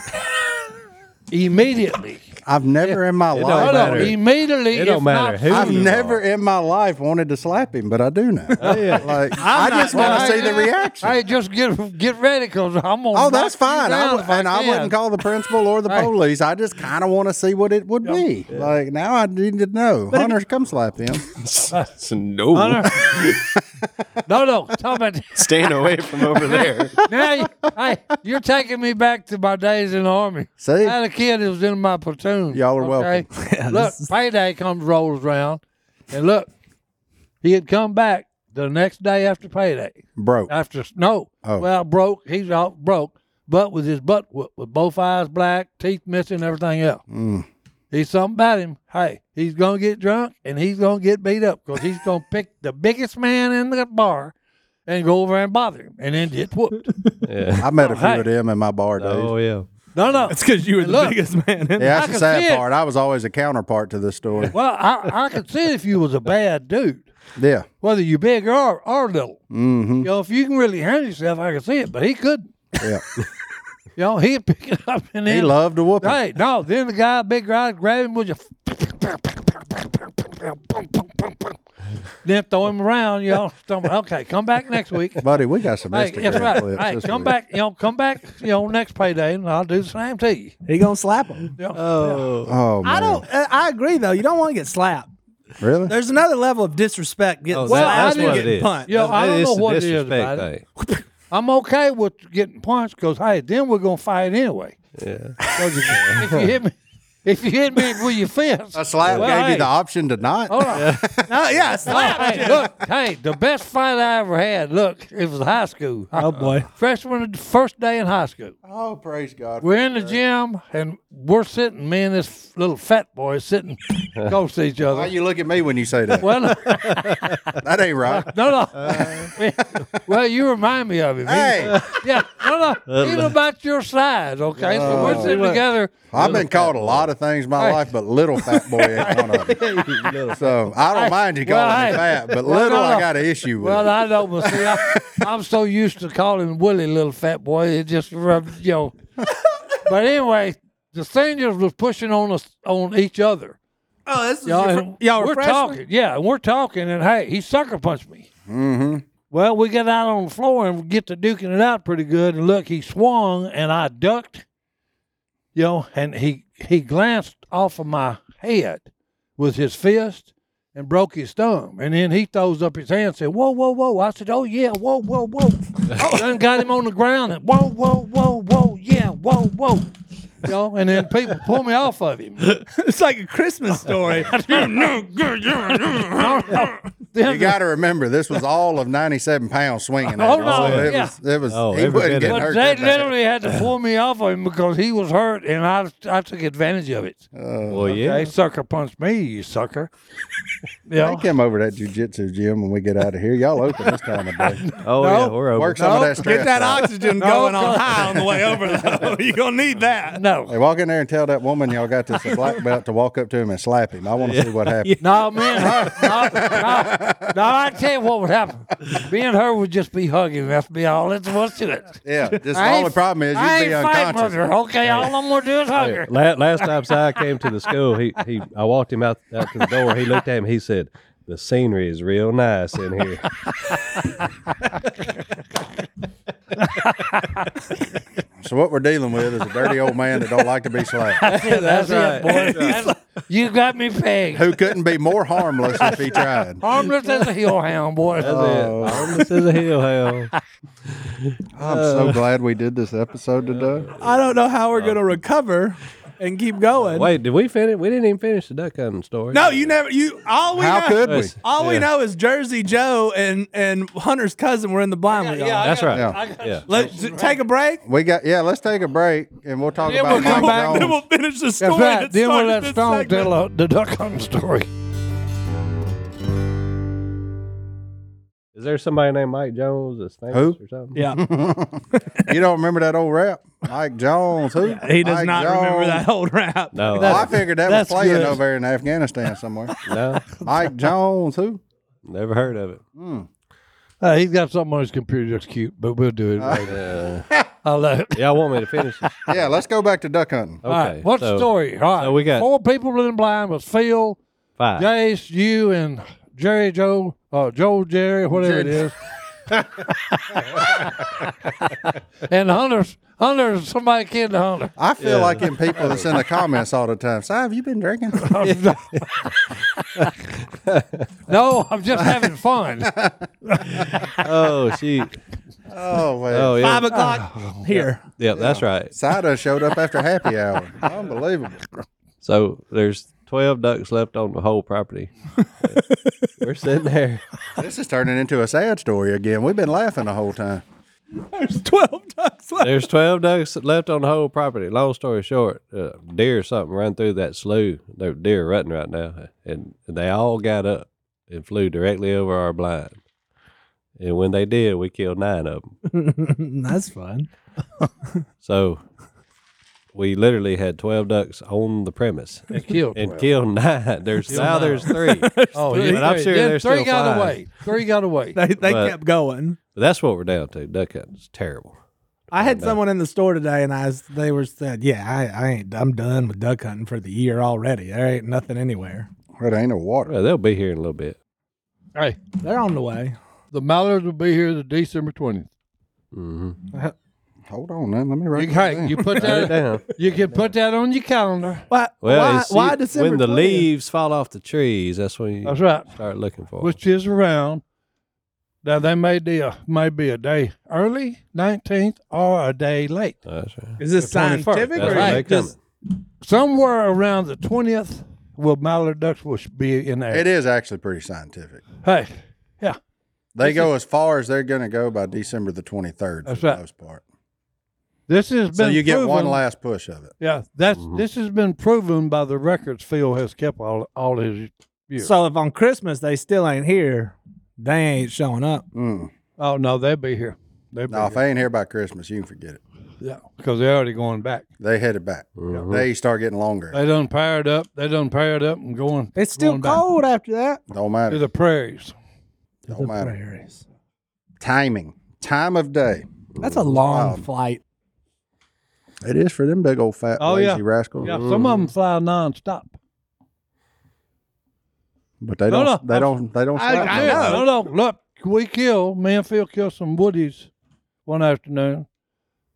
Speaker 2: immediately.
Speaker 3: I've never in my
Speaker 4: don't
Speaker 3: life.
Speaker 2: Hold on,
Speaker 4: matter.
Speaker 2: immediately.
Speaker 4: It don't
Speaker 2: if
Speaker 4: matter
Speaker 2: not-
Speaker 4: who
Speaker 3: I've
Speaker 4: you
Speaker 3: never
Speaker 4: are.
Speaker 3: in my life wanted to slap him, but I do now.
Speaker 7: <laughs>
Speaker 3: Like
Speaker 2: <laughs>
Speaker 3: i
Speaker 1: I'm not-
Speaker 3: just want to
Speaker 2: Well, hey,
Speaker 3: see the reaction.
Speaker 2: Hey, just get get ready, cause I'm gonna.
Speaker 3: oh, that's
Speaker 2: knock you
Speaker 3: fine. I,
Speaker 2: down
Speaker 3: w-
Speaker 2: if
Speaker 3: and I
Speaker 2: can.
Speaker 3: wouldn't call the principal or the
Speaker 2: Hey.
Speaker 3: police. I just kind of want to see what it would be. Like now, I need to know. Hunter, come slap him.
Speaker 9: <laughs>
Speaker 2: <laughs>
Speaker 9: So no,
Speaker 2: Hunter. no, no, stop it.
Speaker 9: staying away from
Speaker 2: <laughs>
Speaker 9: over there.
Speaker 2: Now, you- hey, you're taking me back to my days in the army. I
Speaker 3: See,
Speaker 2: had a kid that was in my platoon.
Speaker 3: Y'all are
Speaker 2: welcome. <laughs> look, payday comes rolls around, and look, he had come back the next day after payday.
Speaker 3: bro.
Speaker 2: After no,
Speaker 3: Oh.
Speaker 2: well, broke. He's out broke, but with his butt whooped, with both eyes black, teeth missing, everything else.
Speaker 3: Mm.
Speaker 2: He's something about him. Hey, he's gonna get drunk and he's gonna get beat up because he's gonna pick the biggest man in the bar and go over and bother him and then get whooped.
Speaker 4: Yeah.
Speaker 3: I met a few
Speaker 2: oh, hey.
Speaker 3: of them in my bar days.
Speaker 4: Oh yeah.
Speaker 2: No, no.
Speaker 1: It's because you were the
Speaker 2: Look.
Speaker 1: biggest man. In
Speaker 3: Yeah,
Speaker 2: I
Speaker 3: that's
Speaker 2: can
Speaker 3: the sad
Speaker 2: see it.
Speaker 3: part. I was always a counterpart to this story.
Speaker 2: Well, I, I could see if you was a bad dude,
Speaker 3: yeah.
Speaker 2: whether you big or or little.
Speaker 3: Mm-hmm.
Speaker 2: You know, if you can really handle yourself, I can see it, but he couldn't. <laughs>
Speaker 3: Yeah.
Speaker 2: You know, he'd <laughs> pick it up and then
Speaker 3: He loved to whoop.
Speaker 2: Hey, no, then the guy, big guy, grab him with your. then throw him around, you know. Throw him- Okay, come back next week. Hey,
Speaker 3: Buddy, we got some Instagram
Speaker 2: that's right.
Speaker 3: clips.
Speaker 2: Hey,
Speaker 3: this
Speaker 2: come
Speaker 3: week.
Speaker 2: back, you know, come back, you know, next payday, and I'll do the same to you.
Speaker 1: He gonna slap him.
Speaker 2: You know?
Speaker 4: Oh.
Speaker 3: Oh, man.
Speaker 1: I don't. uh, I agree though. You don't want to get slapped.
Speaker 3: really.
Speaker 1: There's another level of disrespect getting
Speaker 4: Oh,
Speaker 2: Well, I
Speaker 1: slapped
Speaker 4: that's
Speaker 1: than
Speaker 4: what it
Speaker 1: getting
Speaker 4: is.
Speaker 1: punched.
Speaker 2: Yeah. Yo, I don't
Speaker 4: It's
Speaker 2: know
Speaker 4: the
Speaker 2: what it is
Speaker 4: disrespect
Speaker 2: about it.
Speaker 4: thing.
Speaker 2: I'm okay with getting punched because hey, then we're gonna fight anyway.
Speaker 4: Yeah.
Speaker 2: So you- if you hit me, if you hit me with your oh, fist,
Speaker 3: A slap
Speaker 2: Well,
Speaker 3: gave
Speaker 2: hey.
Speaker 3: you the option to not.
Speaker 2: Hold on.
Speaker 1: No, yeah, slap.
Speaker 2: Oh, hey, look, hey, the best fight I ever had. Look, it was high school.
Speaker 1: Oh boy.
Speaker 2: Freshman, first day in high school.
Speaker 3: Oh, praise God.
Speaker 2: We're in the gym and we're sitting. Me and this little fat boy sitting close to each
Speaker 3: Why
Speaker 2: other.
Speaker 3: you look at me when you say that?
Speaker 2: Well, no,
Speaker 3: that
Speaker 2: <laughs>
Speaker 3: ain't right. <laughs>
Speaker 2: no. <laughs> well, you remind me of him. He-
Speaker 3: Uh. Hey,
Speaker 2: yeah, no, no. He's about your size, okay? So we're sitting together.
Speaker 3: I've been called a lot of things in my
Speaker 2: Hey.
Speaker 3: life, but little fat boy ain't
Speaker 2: <laughs>
Speaker 3: one of them. So I don't
Speaker 2: Hey,
Speaker 3: mind you
Speaker 2: well,
Speaker 3: calling me
Speaker 2: hey.
Speaker 3: fat, but
Speaker 2: Well,
Speaker 3: little
Speaker 2: no,
Speaker 3: I
Speaker 2: no.
Speaker 3: got an issue with.
Speaker 2: Well, I know, but see, I, I'm so used to calling Willie little fat boy. It just rubs, you know. But anyway, the seniors was pushing on us on each other.
Speaker 1: Oh, this is
Speaker 2: Y'all,
Speaker 1: your, fir-
Speaker 2: and
Speaker 1: y'all were
Speaker 2: we're
Speaker 1: freshmen?
Speaker 2: talking, yeah, and we're talking, and hey, he sucker punched me. Mm-hmm. Well, we got out on the floor and we get to duking it out pretty good, and look, he swung and I ducked, you know, and he he glanced off of my head with his fist and broke his thumb, and then he throws up his hand and said, "Whoa, whoa, whoa!" I said, "Oh yeah, whoa, whoa, whoa!" oh, then got him on the ground and whoa, whoa, whoa, whoa, yeah, whoa, whoa. You know, and then people pull me off of him.
Speaker 1: <laughs> It's like a <laughs> Christmas story.
Speaker 3: You got to remember, this was all of 97 pounds swinging.
Speaker 2: Oh,
Speaker 3: at him. So
Speaker 2: no,
Speaker 3: it
Speaker 2: yeah.
Speaker 3: was, it was,
Speaker 4: Oh,
Speaker 3: he
Speaker 4: every
Speaker 3: wasn't
Speaker 4: bit
Speaker 3: getting
Speaker 4: of
Speaker 2: But
Speaker 3: hurt.
Speaker 2: they
Speaker 3: that bad.
Speaker 2: literally had to pull me off of him because he was hurt, and I I took advantage of it.
Speaker 4: Well, yeah.
Speaker 2: They sucker punched me, you
Speaker 3: <laughs>
Speaker 2: sucker. yeah.
Speaker 3: Take him over to that jujitsu gym when we get out of here. Y'all open this time of <laughs> day.
Speaker 4: Oh yeah. We're over.
Speaker 3: Work some of that stress.
Speaker 1: Get that <laughs>
Speaker 3: out.
Speaker 1: oxygen going on high on the way over, though. You're going to need that.
Speaker 2: No, battle.
Speaker 3: Hey, walk in there and tell that woman y'all got this a <laughs> black belt to walk up to him and slap him. I want to see what happens.
Speaker 2: No, me and her. No, no, no, I tell you what would happen. Me and her would just be hugging. That's be all. That's what's to it.
Speaker 3: <laughs> Yeah, <laughs> just the
Speaker 2: I ain't-
Speaker 3: only problem is
Speaker 2: I
Speaker 3: you'd
Speaker 2: ain't
Speaker 3: be
Speaker 2: fighting with
Speaker 3: unconscious.
Speaker 2: her. Okay, all I'm gonna do is hug her.
Speaker 4: La- last time Si came to the school, he, he I walked him out, out to the door. He looked at me. He said, "The scenery is real nice in here."
Speaker 3: So what we're dealing with is a dirty old man that don't like to be slapped, <laughs>
Speaker 2: That's, <laughs>
Speaker 4: <laughs>
Speaker 2: it, boy. That's- you got me pegged.
Speaker 3: who couldn't be more harmless if he tried.
Speaker 2: Harmless as a heel hound, boy.
Speaker 4: That's it. Harmless as a hill hell.
Speaker 3: I'm so glad we did this episode today.
Speaker 1: I don't know how we're going to recover and keep going.
Speaker 4: Wait, did we finish? We didn't even finish the duck hunting story.
Speaker 1: No, you never. You all we
Speaker 3: How
Speaker 1: know,
Speaker 3: could we?
Speaker 1: all we
Speaker 4: Yeah.
Speaker 1: know is Jersey Joe and and Hunter's cousin were in the blind with y'all.
Speaker 4: That's right.
Speaker 3: Yeah.
Speaker 4: Yeah.
Speaker 1: Let's take a break.
Speaker 3: We got yeah. Let's take a break and we'll talk
Speaker 2: Yeah,
Speaker 3: about
Speaker 2: we'll come
Speaker 3: Mike
Speaker 2: back.
Speaker 1: Then
Speaker 3: Jones.
Speaker 1: we'll
Speaker 3: <laughs>
Speaker 1: finish the
Speaker 2: That's
Speaker 1: story.
Speaker 2: right.
Speaker 1: that
Speaker 2: Then we'll
Speaker 1: started
Speaker 2: let
Speaker 1: this
Speaker 2: Stone
Speaker 1: segment.
Speaker 2: tell uh, the duck hunting story.
Speaker 4: Is there somebody named Mike Jones that's famous
Speaker 3: Who?
Speaker 4: or something?
Speaker 1: Yeah,
Speaker 3: You don't remember that old rap, Mike Jones? Who?
Speaker 1: he does
Speaker 3: Mike
Speaker 1: not remember
Speaker 3: Jones.
Speaker 1: that old rap.
Speaker 4: No,
Speaker 3: Well, I figured that was
Speaker 2: that's
Speaker 3: playing
Speaker 2: good.
Speaker 3: over there in Afghanistan somewhere.
Speaker 4: I- no,
Speaker 3: Mike Jones, who?
Speaker 4: never heard of it.
Speaker 2: Uh, he's got something on his computer that's cute, but we'll do it.
Speaker 4: Uh,
Speaker 2: later. <laughs> I'll let it.
Speaker 4: Y'all want me to finish this? Okay.
Speaker 3: Yeah, let's go back to duck hunting.
Speaker 2: All right. What's the story? All right.
Speaker 4: so we got- Uh,
Speaker 2: four people in the blind was Phil,
Speaker 4: Five.
Speaker 2: Jace, you, and Jerry Joe, uh, Joe Jerry, whatever it is. and Hunter's, Hunter's somebody kid to Hunter.
Speaker 3: I feel like in people that's in the comments all the time. Si, have you been
Speaker 2: <laughs>
Speaker 3: drinking?
Speaker 2: Oh, No, I'm just having
Speaker 4: <laughs>
Speaker 2: fun.
Speaker 4: Oh, she.
Speaker 3: oh
Speaker 4: Oh,
Speaker 3: well,
Speaker 4: yeah.
Speaker 1: Five o'clock here.
Speaker 4: Yep, that's right.
Speaker 3: Sida showed up after happy hour. Unbelievable.
Speaker 4: So there's 12 ducks left on the whole property. We're sitting there.
Speaker 3: This is turning into a sad story again. We've been laughing the whole time.
Speaker 1: There's <laughs> twelve ducks left.
Speaker 4: There's 12 ducks left on the whole property. Long story short, uh, deer or something ran through that slough. There are deer rutting right now. And they all got up and flew directly over our blind. And when they did, we killed nine of them.
Speaker 1: Mm, That's fun.
Speaker 4: So we literally had 12 ducks on the premise
Speaker 2: It killed.
Speaker 4: and killed nine. There's now there's three. <laughs>
Speaker 2: Oh,
Speaker 4: But I'm sure
Speaker 2: Then three
Speaker 4: they're still
Speaker 2: got
Speaker 4: flying.
Speaker 2: away. Three got away.
Speaker 1: They they
Speaker 4: But-
Speaker 1: kept going.
Speaker 4: But that's what we're down to. Duck hunting's terrible.
Speaker 1: I had someone in the store today, and I was, they were said, "Yeah, I, I ain't. I'm done with duck hunting for the year already. There ain't nothing anywhere.
Speaker 3: Well, there ain't no water.
Speaker 4: Well, they'll be here in a little bit.
Speaker 2: Hey,
Speaker 1: They're on the way.
Speaker 2: the Mallards will be here the December 20th.
Speaker 4: Mm-hmm.
Speaker 3: Hold on, man. Let me write
Speaker 2: You,
Speaker 3: this
Speaker 2: hey,
Speaker 3: down.
Speaker 2: you put
Speaker 4: Write
Speaker 2: that.
Speaker 4: it <laughs> down.
Speaker 2: You can put that on your calendar.
Speaker 1: Why?
Speaker 4: Well,
Speaker 1: why,
Speaker 4: it's-
Speaker 1: why December?
Speaker 4: when the
Speaker 1: 20th?
Speaker 4: leaves fall off the trees, that's when you
Speaker 2: That's right.
Speaker 4: start looking for. 'em.
Speaker 2: Which is around. Now they may be a, may be a day early, nineteenth, or a day late.
Speaker 4: That's right.
Speaker 1: is this
Speaker 2: the 21st.
Speaker 1: scientific
Speaker 4: That's
Speaker 1: or
Speaker 2: right.
Speaker 1: is
Speaker 4: when they
Speaker 1: it just
Speaker 4: coming.
Speaker 2: Somewhere around the twentieth, will mallard ducks will be in there.
Speaker 3: It is actually pretty scientific.
Speaker 2: Hey,
Speaker 3: They go as far as they're going to go by December the 23rd for
Speaker 2: That's
Speaker 3: the
Speaker 2: right.
Speaker 3: most part.
Speaker 2: this has been
Speaker 3: So you get one
Speaker 2: proven-
Speaker 3: last push of it.
Speaker 2: Yeah, that's
Speaker 4: Mhm.
Speaker 2: this has been proven by the records Phil has kept all all his years.
Speaker 1: So if on Christmas they still ain't here, they ain't showing up.
Speaker 3: Mm.
Speaker 2: oh no, they'll be here. They'll be
Speaker 3: No, if
Speaker 2: here.
Speaker 3: I ain't here by Christmas, you can forget it.
Speaker 2: yeah, because they're already going back.
Speaker 3: They headed back.
Speaker 4: Mhm.
Speaker 3: They start getting longer.
Speaker 2: They done powered up. They done powered up and going.
Speaker 1: It's still
Speaker 2: going back
Speaker 1: cold after that.
Speaker 3: Don't
Speaker 2: to
Speaker 3: matter.
Speaker 2: the prairies.
Speaker 3: Don't matter.
Speaker 1: Prairies.
Speaker 3: Timing. Time of day.
Speaker 1: That's a long
Speaker 3: Wow.
Speaker 1: flight.
Speaker 3: It is for them big old fat
Speaker 2: Oh,
Speaker 3: lazy
Speaker 2: yeah.
Speaker 3: rascals.
Speaker 2: Yeah, some of them fly nonstop.
Speaker 3: Mm. But they
Speaker 2: No,
Speaker 3: don't.
Speaker 2: no,
Speaker 3: They
Speaker 2: I'm-
Speaker 3: don't. They don't. slap
Speaker 1: I
Speaker 3: them.
Speaker 1: know.
Speaker 2: No, no. Look, we killed, me and Phil killed some woodies one afternoon,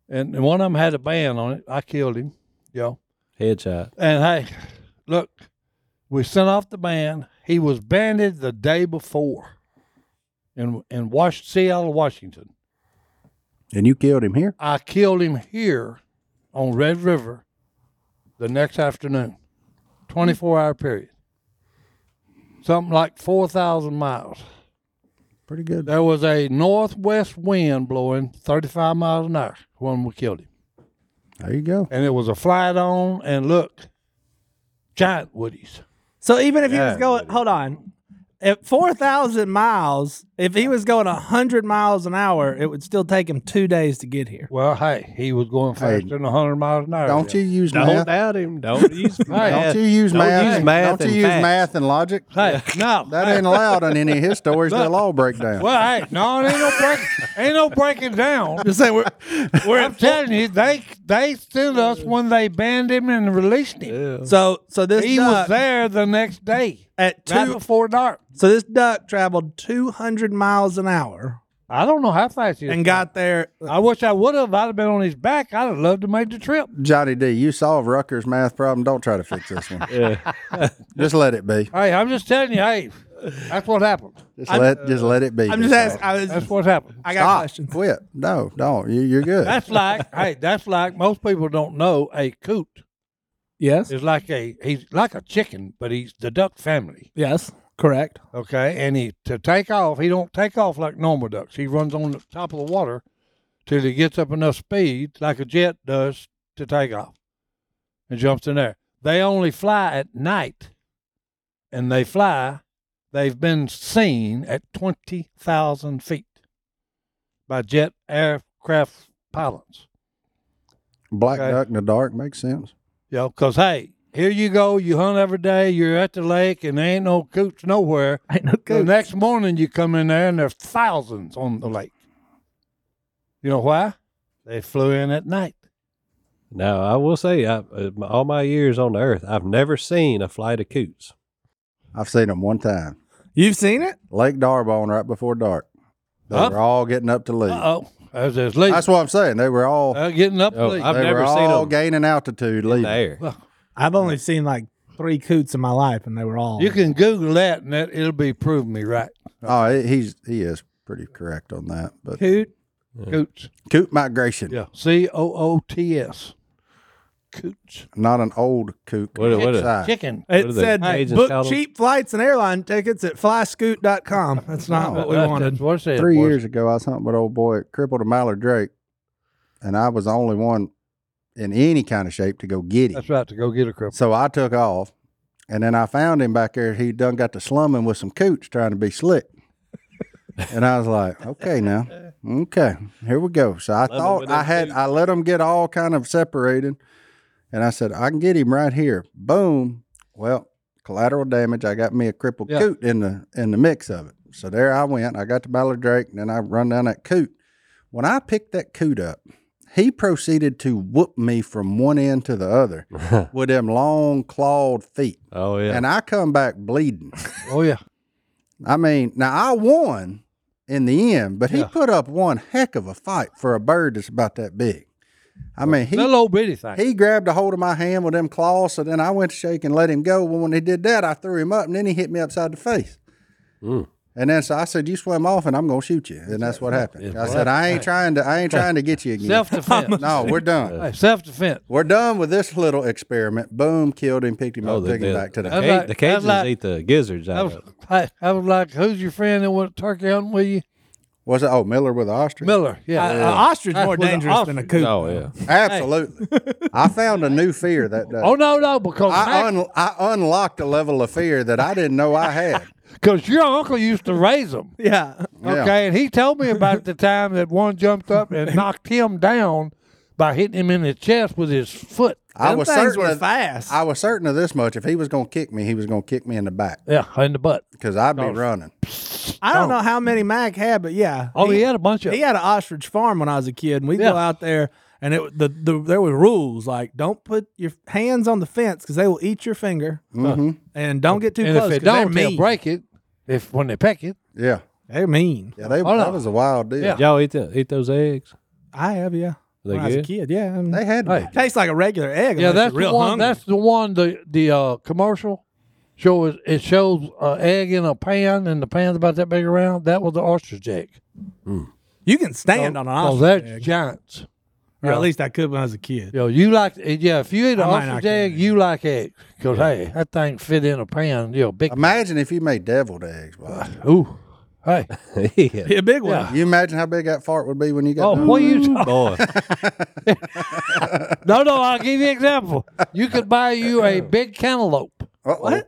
Speaker 2: and, and one of them had a band on it. I killed him, yo.
Speaker 4: Headshot.
Speaker 2: And hey, look, we sent off the band. He was banded the day before in, in Wash, Seattle, Washington.
Speaker 3: And you killed him here.
Speaker 2: I killed him here on Red River the next afternoon, 24 hour period. Something like 4,000 miles.
Speaker 3: Pretty good.
Speaker 2: There was a northwest wind blowing 35 miles an hour when we killed him.
Speaker 3: There you go.
Speaker 2: And it was a flight on, and look, giant woodies.
Speaker 1: So even if he was going, hold on, at four thousand miles If he was going 100 miles an hour, it would still take him two days to get here.
Speaker 2: Well, hey, he was going
Speaker 3: Hey,
Speaker 2: faster than than 100 miles an hour.
Speaker 3: Don't you use
Speaker 4: Don't
Speaker 3: math?
Speaker 4: doubt him. Don't use
Speaker 2: <laughs>
Speaker 4: math.
Speaker 3: Don't you use
Speaker 4: Don't
Speaker 3: math?
Speaker 4: use math
Speaker 3: Don't
Speaker 4: and
Speaker 3: you use
Speaker 4: facts.
Speaker 3: math and logic?
Speaker 2: Hey, no.
Speaker 3: That ain't allowed on any of his stories. They'll all break down.
Speaker 2: Well, hey, no, it ain't no break, ain't no breaking down.
Speaker 1: Just saying, we're, we're
Speaker 2: I'm telling you, they they sued us when they banned him and released him.
Speaker 4: Yeah.
Speaker 1: so so this
Speaker 2: He was
Speaker 1: duck
Speaker 2: there the next day,
Speaker 1: at two
Speaker 2: right before dark.
Speaker 1: so this duck traveled 200 miles an hour
Speaker 2: I don't know how fast he was
Speaker 1: and got there.
Speaker 2: going. I wish I would have. I'd have been on his back. I'd have loved to make the trip.
Speaker 3: Johnny D, you solve Rucker's math problem. Don't try to fix this one.
Speaker 4: Yeah.
Speaker 3: Just let it be.
Speaker 2: Hey, I'm just telling you, hey, that's what happened.
Speaker 3: Just let just let it be.
Speaker 1: I'm just asking. I, was,
Speaker 2: That's what happened.
Speaker 1: I got
Speaker 3: Stop.
Speaker 1: questions.
Speaker 3: Quit. No, don't. You, you're good.
Speaker 2: That's like, hey, that's like most people don't know a coot
Speaker 1: Yes.
Speaker 2: is like a he's like a chicken, but he's the duck family.
Speaker 1: Yes. Correct.
Speaker 2: okay and he to take off he don't take off like normal ducks he runs on the top of the water till he gets up enough speed like a jet does to take off and jumps in there they only fly at night and they fly they've been seen at 20,000 feet by jet aircraft pilots
Speaker 3: Black
Speaker 2: Okay.
Speaker 3: duck in the dark makes sense.
Speaker 2: you know, 'cause hey here you go you hunt every day you're at the lake and there ain't no coots nowhere
Speaker 1: Ain't no
Speaker 2: The
Speaker 1: good.
Speaker 2: next morning you come in there and there's thousands on the lake. You know why? They flew in at night.
Speaker 4: <laughs> Now I will say, I, uh, my- all my years on the earth, I've never seen a flight of coots.
Speaker 3: I've seen them one time.
Speaker 1: You've seen it?
Speaker 3: Lake Darbon right before dark. They
Speaker 2: Huh?
Speaker 3: were all getting up to leave.
Speaker 2: Uh oh. As there's leaving.
Speaker 3: That's what I'm saying. They were all
Speaker 2: Uh, getting up to
Speaker 4: Oh,
Speaker 2: leave.
Speaker 4: I've
Speaker 3: they
Speaker 4: never
Speaker 3: were
Speaker 4: seen
Speaker 3: all
Speaker 4: 'em
Speaker 3: gaining altitude
Speaker 4: in
Speaker 3: leaving.
Speaker 4: the air.
Speaker 1: I've only seen like three coots in my life, and they were all.
Speaker 2: You can Google that and that it'll be proving me right.
Speaker 3: Oh, he- he's he is pretty correct on that. But
Speaker 1: coot.
Speaker 2: Coots.
Speaker 3: coot migration,
Speaker 2: Yeah. C O O T S. Coots.
Speaker 3: not an old coot.
Speaker 4: What a- what a-
Speaker 3: Size.
Speaker 2: Chicken.
Speaker 1: It
Speaker 4: do they-
Speaker 1: said
Speaker 4: Agents
Speaker 1: book
Speaker 4: call 'em?"
Speaker 1: cheap flights and airline tickets at flyscoot.com. That's not
Speaker 3: No,
Speaker 1: what we
Speaker 2: That-
Speaker 1: wanted.
Speaker 2: That's what it says,
Speaker 3: Three
Speaker 2: boys.
Speaker 3: years ago, I was hunting with old boy at Crippled Mallard Drake, and I was the only one in any kind of shape to go get him.
Speaker 2: That's right to go get a cripple.
Speaker 3: So I took off, and then I found him back there. He done got to slumming with some coots trying to be slick. and I was like, okay, now, okay, here we go. So I
Speaker 4: with
Speaker 3: thought I
Speaker 4: them
Speaker 3: had,
Speaker 4: coots.
Speaker 3: I let him get all kind of separated, and I said, I can get him right here. Boom. Well, collateral damage. I got me a crippled
Speaker 2: Yeah.
Speaker 3: coot in the in the mix of it. So there I went. I got to Ballard Drake, and then I run down that coot. When I picked that coot up, he proceeded to whoop me from one end to the other with them long clawed feet.
Speaker 4: oh yeah.
Speaker 3: And I come back bleeding.
Speaker 2: Oh yeah.
Speaker 3: I mean, now I won in the end, but he
Speaker 2: Yeah.
Speaker 3: put up one heck of a fight for a bird that's about that big. I mean, he
Speaker 2: Little old bitty thing.
Speaker 3: he grabbed a hold of my hand with them claws, so then I went to shake and let him go. Well, when he did that, I threw him up, and then he hit me upside the face.
Speaker 4: Mm.
Speaker 3: And then so I said, "You swim off, and I'm gonna shoot you." And that's what happened. I said, "I ain't trying to, I ain't trying to get you again."
Speaker 2: Self defense.
Speaker 3: <laughs> no, we're done.
Speaker 2: Self defense.
Speaker 3: We're done with this little experiment. Boom, killed him, picked him
Speaker 4: Oh,
Speaker 3: up,
Speaker 4: they
Speaker 3: took him
Speaker 4: did.
Speaker 3: back to the
Speaker 2: That's
Speaker 4: Ca-
Speaker 2: like-
Speaker 4: the
Speaker 2: that's
Speaker 4: Cajuns
Speaker 2: like-
Speaker 4: eat the gizzards
Speaker 2: I
Speaker 4: out
Speaker 2: was,
Speaker 4: of them.
Speaker 2: I, I was like, who's your friend that went turkey hunting with you?
Speaker 3: Was it? Oh, Miller with an ostrich.
Speaker 2: Miller. Yeah.
Speaker 1: An Uh, ostrich
Speaker 2: That's
Speaker 1: more
Speaker 2: with an
Speaker 1: dangerous than a
Speaker 2: ostrich.
Speaker 1: coot.
Speaker 4: Oh
Speaker 2: <laughs>
Speaker 4: yeah.
Speaker 3: Absolutely. I found a new fear that day.
Speaker 2: Oh no, no, because
Speaker 3: I, un- I unlocked a level of fear that I didn't know I had.
Speaker 2: because your uncle used to raise them.
Speaker 1: Yeah.
Speaker 3: Yeah.
Speaker 2: Okay, and he told me about the time that one jumped
Speaker 1: <laughs>
Speaker 2: up and knocked him down by hitting him in the chest with his foot.
Speaker 3: I
Speaker 1: Them
Speaker 3: was
Speaker 1: things
Speaker 3: certain.
Speaker 1: were
Speaker 3: Of,
Speaker 1: fast.
Speaker 3: I was certain of this much. If he was going to kick me, he was going to kick me in the back
Speaker 2: Yeah, in the butt.
Speaker 3: because I'd
Speaker 2: Oh.
Speaker 3: be running.
Speaker 1: I don't know how many Mac had, but yeah.
Speaker 2: Oh, he, had a bunch of.
Speaker 1: he had an ostrich farm when I was a kid, and we'd
Speaker 2: Yeah.
Speaker 1: go out there, and it the, the there were rules like don't put your hands on the fence because they will eat your finger,
Speaker 3: hmm
Speaker 1: and don't get too
Speaker 2: and
Speaker 1: close.
Speaker 2: if
Speaker 1: 'cause
Speaker 2: it
Speaker 1: they're
Speaker 2: don't, they'll
Speaker 1: mean.
Speaker 2: break it. If when they peck it,
Speaker 3: Yeah,
Speaker 1: They're mean.
Speaker 3: yeah. They,
Speaker 2: Hold
Speaker 3: that
Speaker 2: on.
Speaker 3: was a wild deal.
Speaker 2: Yeah.
Speaker 4: Y'all eat the, eat those eggs. <laughs>
Speaker 1: I have, yeah.
Speaker 4: They
Speaker 1: when I was a
Speaker 4: good?
Speaker 1: kid, yeah. I mean,
Speaker 3: They had. to
Speaker 2: Hey.
Speaker 3: be.
Speaker 1: tastes like a regular egg.
Speaker 2: yeah,
Speaker 1: unless
Speaker 2: that's
Speaker 1: you're
Speaker 2: the
Speaker 1: real
Speaker 2: one.
Speaker 1: hungry.
Speaker 2: That's the one. The the uh, commercial shows it shows an egg in a pan, and the pan's about that big around. That was the ostrich egg.
Speaker 1: you can stand on an
Speaker 2: Oh,
Speaker 1: ostrich
Speaker 2: that's
Speaker 1: egg.
Speaker 2: giants.
Speaker 1: Or at least I could when I was a kid.
Speaker 2: Yo, you like yeah. If you eat an
Speaker 1: I might not
Speaker 2: ostrich
Speaker 1: get
Speaker 2: egg,
Speaker 1: it.
Speaker 2: you like egg because hey, that thing fit in a pan. You know, big.
Speaker 3: Imagine if you made deviled eggs. Bob.
Speaker 2: Ooh,
Speaker 1: <laughs>
Speaker 2: hey,
Speaker 4: yeah.
Speaker 1: Be a big one.
Speaker 2: Yeah.
Speaker 3: You imagine how big that fart would be when you got.
Speaker 2: oh,
Speaker 3: done?
Speaker 2: what you? talking-
Speaker 4: Boy,
Speaker 2: No, no, I'll give you an example. You could buy
Speaker 1: <laughs>
Speaker 2: you a big cantaloupe
Speaker 3: Uh-oh.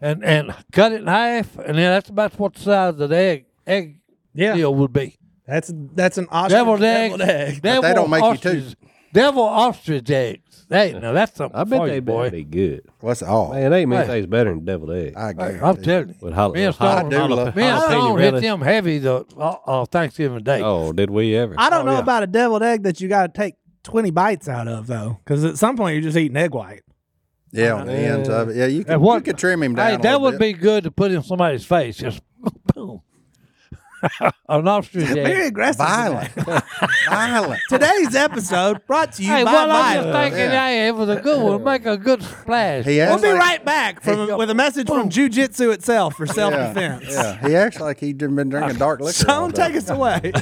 Speaker 2: and and cut it in half, and then that's about what the size of the egg egg
Speaker 1: Yeah.
Speaker 2: deal would be.
Speaker 1: That's that's an ostrich.
Speaker 2: Deviled eggs. <laughs> Devil
Speaker 7: they don't make you
Speaker 2: ostrich, Devil ostrich eggs. Hey, now that's something.
Speaker 4: I bet
Speaker 2: for
Speaker 4: they
Speaker 2: you, boy.
Speaker 4: be good.
Speaker 3: What's all?
Speaker 4: Man, they make
Speaker 2: Hey.
Speaker 4: things better than deviled eggs.
Speaker 3: I guarantee.
Speaker 2: I'm telling you.
Speaker 4: With hol-
Speaker 2: Me and
Speaker 4: with hol-
Speaker 2: Stone- I do
Speaker 4: hol-
Speaker 3: love-
Speaker 2: Me and
Speaker 4: jalapeno
Speaker 2: Stone
Speaker 4: relish.
Speaker 2: hit them heavy the uh, uh, Thanksgiving day.
Speaker 4: Oh, did we ever?
Speaker 1: I don't
Speaker 2: Oh,
Speaker 1: know
Speaker 2: yeah.
Speaker 1: about a deviled egg that you got to take twenty bites out of though, because at some point you're just eating egg white.
Speaker 3: Yeah, on the ends of it. Yeah, you could,
Speaker 2: And what-
Speaker 3: you could trim him down.
Speaker 2: Hey, that would be good to put in somebody's face. Just <laughs> boom. An ostrich
Speaker 1: Very
Speaker 2: egg.
Speaker 1: aggressive.
Speaker 2: <laughs>
Speaker 3: violent. violent.
Speaker 1: <laughs> Today's episode brought to you
Speaker 2: Hey,
Speaker 1: by
Speaker 2: well, I'm just
Speaker 1: Violent.
Speaker 2: thinking, hey, it was a good one. Make a good splash.
Speaker 3: He
Speaker 1: We'll
Speaker 3: acts
Speaker 1: be
Speaker 3: like-
Speaker 1: right back from with a message from jujitsu itself for self
Speaker 3: yeah,
Speaker 1: defense.
Speaker 3: Yeah, he acts like he'd been drinking dark liquor.
Speaker 1: So
Speaker 3: all
Speaker 1: don't
Speaker 3: day.
Speaker 1: take us away.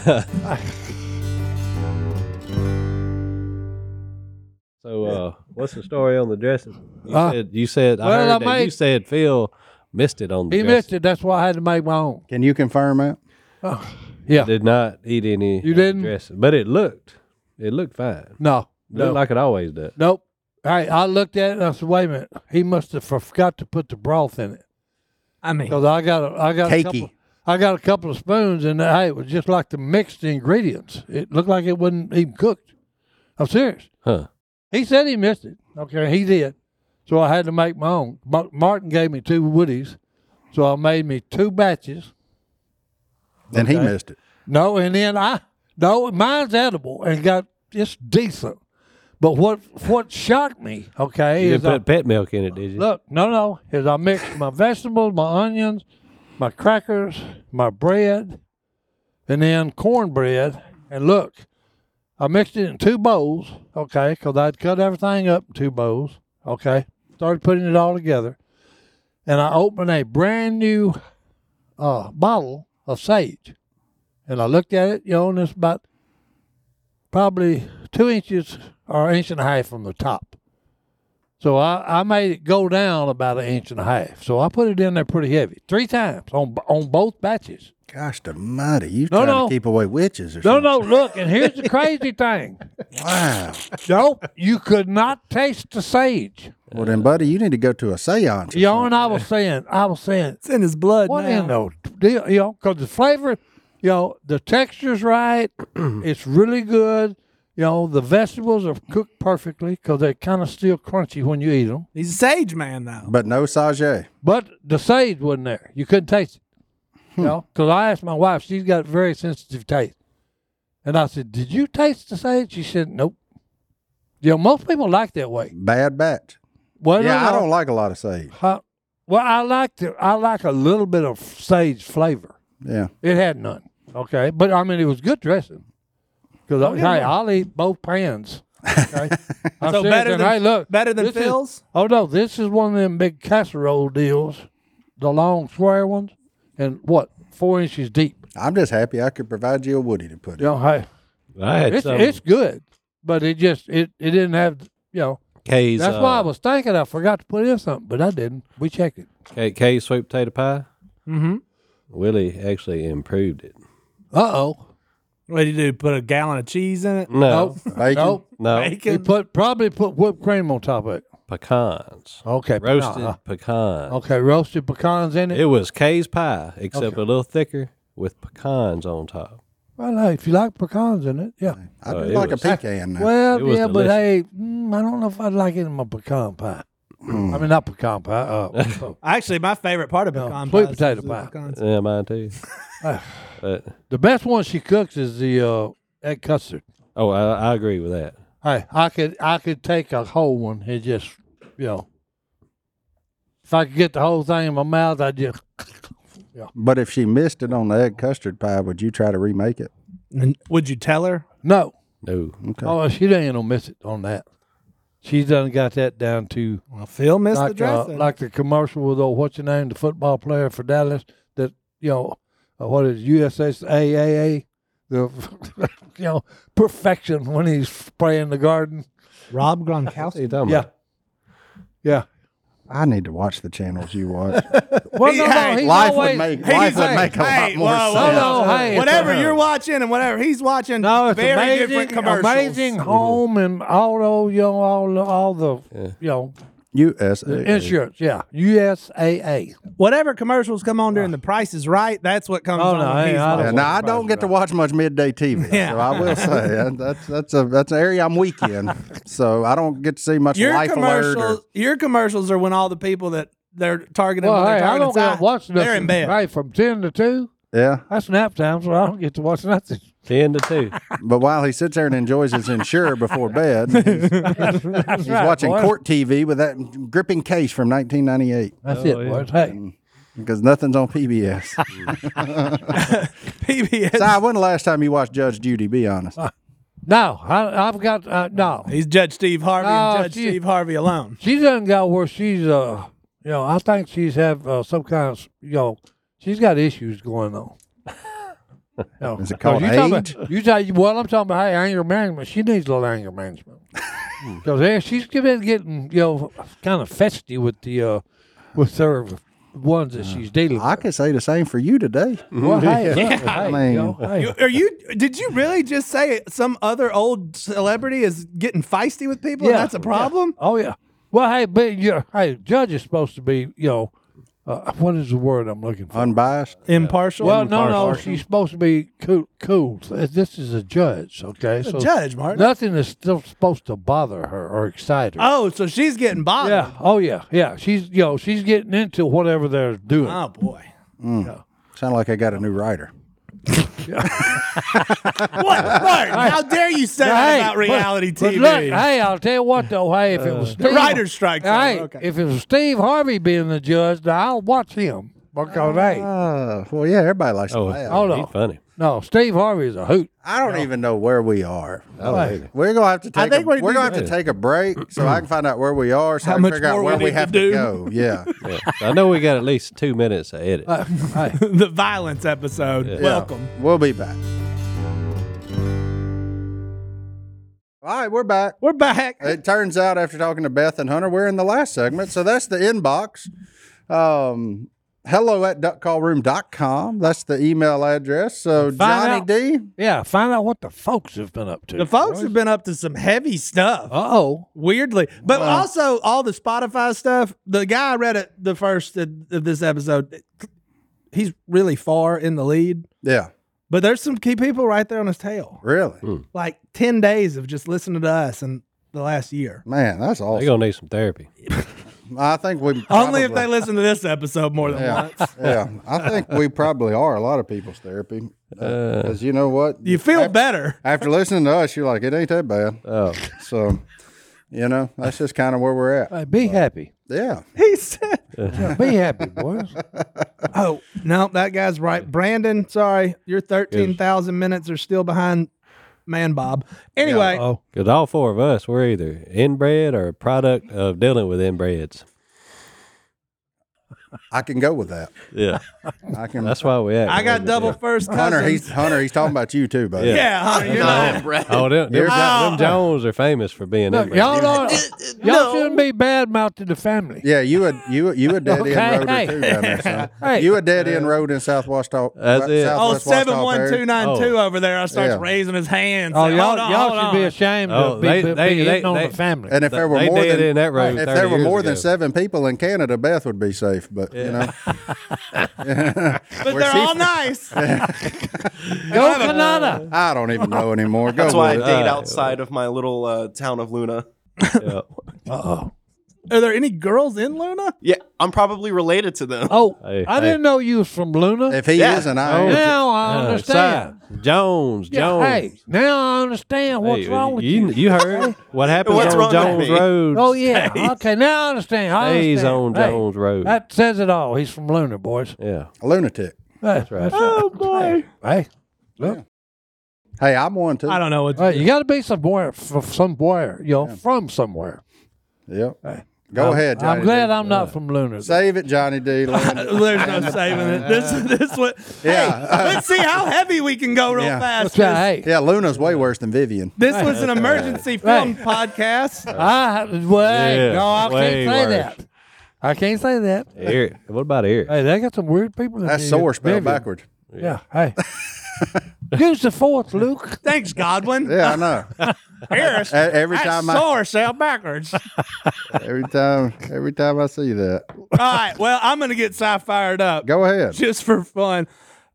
Speaker 4: So, uh, what's the story on the dresses? You
Speaker 2: Huh?
Speaker 4: said you said I
Speaker 2: Uh, Well,
Speaker 4: heard
Speaker 2: I
Speaker 4: that you
Speaker 2: made-
Speaker 4: said Phil missed it on the.
Speaker 2: He missed it. That's why I had to make my own.
Speaker 3: Can you confirm that?
Speaker 2: Yeah.
Speaker 4: Did not eat any.
Speaker 2: You didn't?
Speaker 4: dresses, but it looked it looked fine.
Speaker 2: No.
Speaker 4: Looked
Speaker 2: No.
Speaker 4: like it always does.
Speaker 2: Nope. Hey, I looked at it and I said, wait a minute. He must have forgot to put the broth in it.
Speaker 1: I mean,
Speaker 2: Because <laughs> I got a, I got a
Speaker 3: Cakey.
Speaker 2: couple, I got a couple of spoons and hey, it was just like the mixed ingredients. It looked like it wasn't even cooked. I'm serious.
Speaker 4: Huh.
Speaker 2: He said he missed it. Okay, he did. So I had to make my own. Ma- Martin gave me two woodies, so I made me two batches.
Speaker 3: Then he missed it.
Speaker 2: No, and then I no, mine's edible and got it's decent. But what what shocked me, okay,
Speaker 4: You
Speaker 2: is
Speaker 4: didn't
Speaker 2: I-
Speaker 4: put pet milk in it, did you?
Speaker 2: Look, no, no. Is I mixed my vegetables, my onions, my crackers, my bread, and then cornbread. And look, I mixed it in two bowls, okay, because I'd cut everything up in two bowls, okay. Started putting it all together. And I opened a brand new uh, bottle of sage. And I looked at it, you know, and it's about probably two inches or inch and a half from the top. So I, I made it go down about an inch and a half. So I put it in there pretty heavy, three times on on both batches.
Speaker 3: Gosh, the mighty. You
Speaker 2: No,
Speaker 3: trying
Speaker 2: no.
Speaker 3: to keep away witches or
Speaker 2: No, <laughs>
Speaker 3: something.
Speaker 2: no, look, and here's the crazy thing.
Speaker 3: Wow.
Speaker 2: Nope, you could not taste the sage.
Speaker 3: Well, then, buddy, you need to go to a seance. or
Speaker 2: You know, and I was saying, I was saying,
Speaker 1: it's in his blood.
Speaker 2: what
Speaker 1: now.
Speaker 2: in the deal? You know, because the flavor, you know, the texture's right. <clears throat> it's really good. You know, the vegetables are cooked perfectly because they're kind of still crunchy when you eat them.
Speaker 1: He's a sage man though.
Speaker 3: But no Sajay.
Speaker 2: But the sage wasn't there. You couldn't taste it.
Speaker 3: Hmm.
Speaker 2: You know, because I asked my wife, she's got very sensitive taste. And I said, Did you taste the sage? She said, Nope. You know, most people like that way.
Speaker 3: Bad batch.
Speaker 2: Well,
Speaker 3: yeah,
Speaker 2: no,
Speaker 3: I
Speaker 2: no.
Speaker 3: don't like a lot of sage.
Speaker 2: Huh? well, I like the I like a little bit of sage flavor.
Speaker 3: Yeah.
Speaker 2: It had none. Okay. But I mean it was good dressing. Because
Speaker 1: Oh,
Speaker 2: hey, I'll eat both pans.
Speaker 1: <laughs>
Speaker 2: Okay. I'm
Speaker 1: So
Speaker 2: serious.
Speaker 1: better
Speaker 2: And,
Speaker 1: than-
Speaker 2: hey, look,
Speaker 1: Better than
Speaker 2: this is-
Speaker 1: Phil's.
Speaker 2: Oh no, this is one of them big casserole deals, the long square ones, and what four inches deep.
Speaker 3: I'm just happy I could provide you a Woody to put
Speaker 2: You
Speaker 3: in.
Speaker 2: know, hey,
Speaker 4: I had
Speaker 2: it's
Speaker 4: some
Speaker 2: it's good, but it just it it didn't have you know.
Speaker 4: K's.
Speaker 2: That's
Speaker 4: uh,
Speaker 2: why I was thinking I forgot to put in something, but I didn't. We checked it.
Speaker 4: K- K's sweet potato pie.
Speaker 1: Mm-hmm.
Speaker 4: Willie actually improved it.
Speaker 2: Uh oh.
Speaker 1: What do you do? Put a gallon of cheese in it?
Speaker 2: Mm,
Speaker 4: No,
Speaker 2: Nope.
Speaker 3: Bacon?
Speaker 2: Nope. <laughs>
Speaker 4: no,
Speaker 2: He
Speaker 1: Bacon?
Speaker 2: put probably put whipped cream on top of it.
Speaker 4: pecans,
Speaker 2: Okay.
Speaker 4: roasted
Speaker 2: uh,
Speaker 4: pecans.
Speaker 2: okay, roasted pecans in it.
Speaker 4: It was K's pie, except
Speaker 2: Okay.
Speaker 4: a little thicker with pecans on top.
Speaker 2: well, hey, if you like pecans in it, yeah.
Speaker 3: I do
Speaker 4: Oh, it
Speaker 3: like
Speaker 4: was-
Speaker 3: a pecan. Now.
Speaker 2: Well,
Speaker 4: It was
Speaker 2: yeah, but
Speaker 4: delicious.
Speaker 2: hey, mm, I don't know if I'd like it in my pecan pie. I mean, not pecan pie.
Speaker 4: <laughs>
Speaker 2: Uh,
Speaker 1: Actually, my favorite part of
Speaker 2: No,
Speaker 1: pecan
Speaker 2: sweet
Speaker 1: pie is
Speaker 2: potato
Speaker 1: the
Speaker 2: pie.
Speaker 1: pecans.
Speaker 4: Yeah,
Speaker 2: <sighs>
Speaker 4: mine too. But-
Speaker 2: the best one she cooks is the uh, egg custard.
Speaker 4: oh, I, I agree with that.
Speaker 2: Hey, I could I could take a whole one and just you know, if I could get the whole thing in my mouth, I'd just
Speaker 3: But if she missed it on the egg custard pie, would you try to remake it?
Speaker 1: And would you tell her?
Speaker 2: no.
Speaker 4: No,
Speaker 3: Okay.
Speaker 2: Oh, she ain't gonna miss it on that. She's done got that down to
Speaker 1: Well, Phil missed the
Speaker 2: like uh,
Speaker 1: dressing.
Speaker 2: like the commercial with old what's your name, the football player for Dallas that you know uh, what is USSAAA the <laughs> you know perfection when he's spraying the garden.
Speaker 1: Rob
Speaker 4: what are
Speaker 1: Gronkowski.
Speaker 4: you talking
Speaker 2: Yeah.
Speaker 4: about?
Speaker 2: Yeah.
Speaker 3: I need to watch the channels you watch.
Speaker 2: Well, no,
Speaker 1: <laughs>
Speaker 2: no,
Speaker 1: Hey,
Speaker 2: he's
Speaker 3: life
Speaker 2: always-
Speaker 3: would make life would
Speaker 1: like,
Speaker 3: make a
Speaker 1: hey,
Speaker 3: lot more
Speaker 1: whoa,
Speaker 3: sense.
Speaker 2: whoa, whoa, hey, it's
Speaker 1: whatever
Speaker 2: a-
Speaker 1: you're watching and whatever he's watching,
Speaker 2: No, it's
Speaker 1: very
Speaker 2: amazing,
Speaker 3: Mm-hmm.
Speaker 1: different commercials.
Speaker 2: amazing home and auto, you know, all all the
Speaker 4: Yeah.
Speaker 2: you know
Speaker 3: USA.
Speaker 2: Insurance, yeah. USAA.
Speaker 1: Whatever commercials come on during The Price is Right, that's what comes
Speaker 2: Oh,
Speaker 1: on.
Speaker 2: no,
Speaker 1: when
Speaker 2: hey,
Speaker 1: he's
Speaker 2: I
Speaker 1: like-
Speaker 2: don't
Speaker 3: Yeah,
Speaker 2: watch
Speaker 3: now I
Speaker 2: the
Speaker 3: don't
Speaker 2: Price
Speaker 3: get to watch much midday
Speaker 1: <laughs>
Speaker 3: TV,
Speaker 1: Yeah.
Speaker 3: so I will say uh, that's that's a that's an area I'm weak
Speaker 1: <laughs>
Speaker 3: in. so I don't get to see much
Speaker 1: your
Speaker 3: life alert.
Speaker 1: commercials,
Speaker 3: Or,
Speaker 1: your commercials are when all the people that they're targeting,
Speaker 2: Well,
Speaker 1: when they're
Speaker 2: hey, I
Speaker 1: targeting
Speaker 2: don't get
Speaker 1: side,
Speaker 2: to watch nothing.
Speaker 1: they're in bed. <laughs>
Speaker 2: Hey, from 10 to 2,
Speaker 3: yeah,
Speaker 2: that's nap time, so I don't get to watch nothing. <laughs>
Speaker 4: 10 to 2.
Speaker 3: but while he sits there and enjoys his insurer
Speaker 1: <laughs>
Speaker 3: before bed, he's,
Speaker 2: That's right,
Speaker 3: he's watching
Speaker 2: boys.
Speaker 3: court TV with that gripping case from 1998
Speaker 2: That's
Speaker 4: Oh,
Speaker 2: it,
Speaker 4: yeah.
Speaker 2: boys. Hey,
Speaker 3: because nothing's
Speaker 1: <laughs>
Speaker 3: on PBS.
Speaker 1: PBS.
Speaker 3: so when the last time you watched Judge Judy? Be honest.
Speaker 1: Oh.
Speaker 2: no, I, I've got, uh, no.
Speaker 1: He's Judge Steve Harvey and
Speaker 2: Oh,
Speaker 1: Judge
Speaker 2: gee.
Speaker 1: Steve Harvey alone.
Speaker 2: She done got where she's, uh, you know, I think she's have uh, some kind of, you know, she's got issues going
Speaker 3: <laughs>
Speaker 2: on. No.
Speaker 3: Is it called
Speaker 2: you talking
Speaker 3: age?
Speaker 2: About, you talk, well, I'm talking about hey, anger management. She needs a little anger
Speaker 3: <laughs>
Speaker 2: management because she's been getting you know kind of festy with the uh, with her ones that she's dealing
Speaker 3: I
Speaker 2: with.
Speaker 3: could say the same for you today.
Speaker 1: Mm-hmm.
Speaker 2: Well,
Speaker 3: <laughs>
Speaker 2: hey, look,
Speaker 3: I
Speaker 2: hey, you know,
Speaker 3: mean-
Speaker 2: hey.
Speaker 1: You- Are you? Did you really just say some other old celebrity is getting feisty with people? and
Speaker 2: Yeah.
Speaker 1: that's a problem.
Speaker 2: Oh yeah. Well, hey, but you hey, judge is supposed to be you know uh, what is the word I'm looking for?
Speaker 3: Unbiased.
Speaker 1: Impartial.
Speaker 2: well, no, no, she's supposed to be cool. Cool. This is a judge, okay?
Speaker 1: The
Speaker 2: So
Speaker 1: judge, Martin.
Speaker 2: nothing is still supposed to bother her or excite her.
Speaker 1: Oh, so she's getting bothered.
Speaker 2: Yeah. Oh yeah. Yeah. She's yo. she's getting into whatever they're doing.
Speaker 1: Oh boy.
Speaker 3: Sound like I got a new writer.
Speaker 1: What? Martin, how dare you say that
Speaker 2: Hey,
Speaker 1: about
Speaker 2: but-
Speaker 1: reality Uh,
Speaker 2: but
Speaker 1: TV?
Speaker 2: look, hey, I'll tell you what though. Hey, if it was Steve,
Speaker 1: writer's strike zone,
Speaker 2: Hey,
Speaker 1: okay.
Speaker 2: if it was Steve Harvey being the judge, now I'll watch him because hey,
Speaker 1: Oh.
Speaker 3: Uh, well, yeah, everybody likes to
Speaker 4: Oh,
Speaker 3: laugh.
Speaker 2: hold
Speaker 4: he's
Speaker 2: on.
Speaker 4: funny.
Speaker 2: No, Steve Harvey is a hoot.
Speaker 3: I
Speaker 1: Oh.
Speaker 3: don't even know where we are.
Speaker 4: Oh,
Speaker 2: Hey,
Speaker 3: We're gonna have to take.
Speaker 1: think
Speaker 3: a,
Speaker 1: we
Speaker 3: we're
Speaker 1: do
Speaker 3: gonna have to
Speaker 4: that.
Speaker 3: take a break so I can find out where we are. So
Speaker 1: How
Speaker 3: I can
Speaker 1: much
Speaker 3: figure out
Speaker 1: more we
Speaker 3: where we,
Speaker 1: need to
Speaker 3: have
Speaker 1: do? <laughs>
Speaker 3: to go. Yeah.
Speaker 4: Yeah. I know we got at least two minutes to edit.
Speaker 2: uh, <laughs> hey.
Speaker 1: the violence episode. Welcome.
Speaker 3: Yeah. We'll be back. All right, we're back.
Speaker 1: We're back.
Speaker 3: It turns out after talking to Beth and Hunter, we're in the last segment. So that's the inbox. Um, hello at duckcallroom.com. That's the email address. So Johnny
Speaker 2: out-
Speaker 3: D,
Speaker 2: Yeah, find out what the folks have been up to.
Speaker 1: The folks have been up to some heavy stuff.
Speaker 2: Uh oh.
Speaker 1: Weirdly, but
Speaker 3: Well-
Speaker 1: also all the Spotify stuff. The guy I read it the first of of this episode. He's really far in the lead,
Speaker 3: yeah,
Speaker 1: but there's some key people right there on his tail.
Speaker 3: really,
Speaker 1: Like ten days of just listening to us in the last year.
Speaker 3: man, that's
Speaker 4: They're
Speaker 3: awesome.
Speaker 4: going to need some therapy.
Speaker 3: I think we
Speaker 1: Only if
Speaker 3: probably-
Speaker 1: they listen to this episode more than
Speaker 3: Yeah,
Speaker 1: once.
Speaker 3: <laughs> yeah. I think we probably are a lot of people's therapy because you know what?
Speaker 1: You feel better. <laughs>
Speaker 3: After listening to us, you're like, it ain't that bad.
Speaker 4: Oh,
Speaker 3: So, you know, that's just kind of where we're at.
Speaker 2: Hey, be
Speaker 4: <laughs>
Speaker 2: happy.
Speaker 3: Yeah.
Speaker 1: He said,
Speaker 2: Be happy, boys.
Speaker 1: "Oh no, that guy's right." Brandon, sorry, your thirteen thousand minutes are still behind, man, Bob. Anyway,
Speaker 2: Oh,
Speaker 4: because all four of us, we're either inbred or a product of dealing with inbreds.
Speaker 3: I can go with that.
Speaker 4: Yeah.
Speaker 3: I can.
Speaker 4: That's why we act.
Speaker 1: I got
Speaker 4: like
Speaker 1: double
Speaker 4: that.
Speaker 1: first cousins.
Speaker 3: Hunter, he's Hunter. He's talking about you too, buddy.
Speaker 4: Yeah.
Speaker 1: <laughs> yeah, Hunter, you're not.
Speaker 9: <laughs>
Speaker 4: Oh, them, them,
Speaker 1: Oh.
Speaker 4: them Jones are famous for being
Speaker 2: Look,
Speaker 4: inbred.
Speaker 2: y'all
Speaker 1: <laughs>
Speaker 2: don't, y'all shouldn't be bad mouthing the family.
Speaker 3: Yeah, you would you would- you would dead
Speaker 2: Okay,
Speaker 3: end road
Speaker 2: hey.
Speaker 3: too down there, son.
Speaker 2: Hey.
Speaker 3: You would dead end road in South Washita.
Speaker 4: That's it.
Speaker 1: Oh,
Speaker 3: Southwest Washita
Speaker 1: seven one two nine two over there. I starts
Speaker 3: Yeah.
Speaker 1: raising his hands.
Speaker 2: Oh,
Speaker 1: Say,
Speaker 2: y'all,
Speaker 1: hold on,
Speaker 2: y'all
Speaker 1: hold
Speaker 2: should
Speaker 1: on.
Speaker 2: be ashamed
Speaker 4: Oh,
Speaker 2: to be,
Speaker 4: they-
Speaker 2: be,
Speaker 4: they-
Speaker 2: be
Speaker 4: they-
Speaker 2: hitting on
Speaker 4: they-
Speaker 2: the family.
Speaker 3: And if there were
Speaker 4: They
Speaker 3: more
Speaker 4: did
Speaker 3: than
Speaker 4: in that road
Speaker 3: if
Speaker 4: 30
Speaker 3: there were
Speaker 4: years
Speaker 3: more than
Speaker 4: ago.
Speaker 3: seven people in Canada, Beth would be safe. But you know, <laughs>
Speaker 1: But they're all nice.
Speaker 2: <laughs> Go Canada.
Speaker 3: I don't even know
Speaker 1: <laughs>
Speaker 3: anymore. Go
Speaker 9: That's why I
Speaker 2: Oh,
Speaker 3: with it.
Speaker 9: date
Speaker 2: uh,
Speaker 9: outside of my little uh, town of Luna.
Speaker 1: Are there any girls in Luna?
Speaker 9: Yeah, I'm probably related to them.
Speaker 2: Oh,
Speaker 4: Hey,
Speaker 2: I
Speaker 4: hey.
Speaker 2: didn't know you was from Luna.
Speaker 3: If he
Speaker 9: Yeah.
Speaker 3: isn't, I am.
Speaker 2: now I
Speaker 4: Uh,
Speaker 2: understand.
Speaker 4: Si- Jones,
Speaker 2: Yeah,
Speaker 4: Jones.
Speaker 2: hey, now I understand what's
Speaker 4: Hey,
Speaker 2: wrong with you.
Speaker 4: you, you
Speaker 2: <laughs>
Speaker 4: heard what happened
Speaker 9: What's
Speaker 4: on
Speaker 9: wrong
Speaker 4: Jones
Speaker 9: with me?
Speaker 4: Road.
Speaker 2: Oh yeah. Okay, now I understand. I
Speaker 4: Stays
Speaker 2: understand.
Speaker 4: on
Speaker 2: Hey,
Speaker 4: Jones Road.
Speaker 2: That says it all. He's from Luna, boys.
Speaker 4: yeah.
Speaker 3: a lunatic.
Speaker 2: That's
Speaker 4: right.
Speaker 2: Oh boy. Hey,
Speaker 3: Hey, I'm one too.
Speaker 1: I don't know what.
Speaker 2: hey, you got to be somewhere, f- somewhere, you know, from somewhere.
Speaker 3: Yep.
Speaker 2: Hey.
Speaker 3: Go ahead. Johnny
Speaker 2: I'm glad
Speaker 3: D.
Speaker 2: I'm not from Luna.
Speaker 3: Save it, Johnny D. Land it.
Speaker 1: There's no saving it. This,
Speaker 3: <laughs>
Speaker 1: this one.
Speaker 3: Yeah. <laughs>
Speaker 1: Hey, let's see how heavy we can go real
Speaker 3: Yeah.
Speaker 1: fast.
Speaker 2: That's right. Hey,
Speaker 3: yeah, Luna's way worse than Vivian.
Speaker 1: This was an emergency film
Speaker 2: Hey.
Speaker 1: podcast.
Speaker 2: I well,
Speaker 4: Yeah,
Speaker 2: no, I
Speaker 4: way
Speaker 2: can't say
Speaker 4: worse.
Speaker 2: that. I can't say that.
Speaker 4: Eric, what about Eric?
Speaker 2: Hey, they got some weird people. in
Speaker 3: That's
Speaker 2: here.
Speaker 3: sore spelled
Speaker 2: Vivian.
Speaker 3: <laughs> backward.
Speaker 2: Yeah. Hey. Who's the fourth, Luke?
Speaker 1: Thanks, Godwin.
Speaker 3: Yeah, I know.
Speaker 1: Harris.
Speaker 3: E- Every time
Speaker 1: I
Speaker 3: I
Speaker 1: saw herself backwards.
Speaker 3: every time every time I see that,
Speaker 1: All right. Well, I'm gonna get Cy fired up
Speaker 3: go ahead.
Speaker 1: just for fun.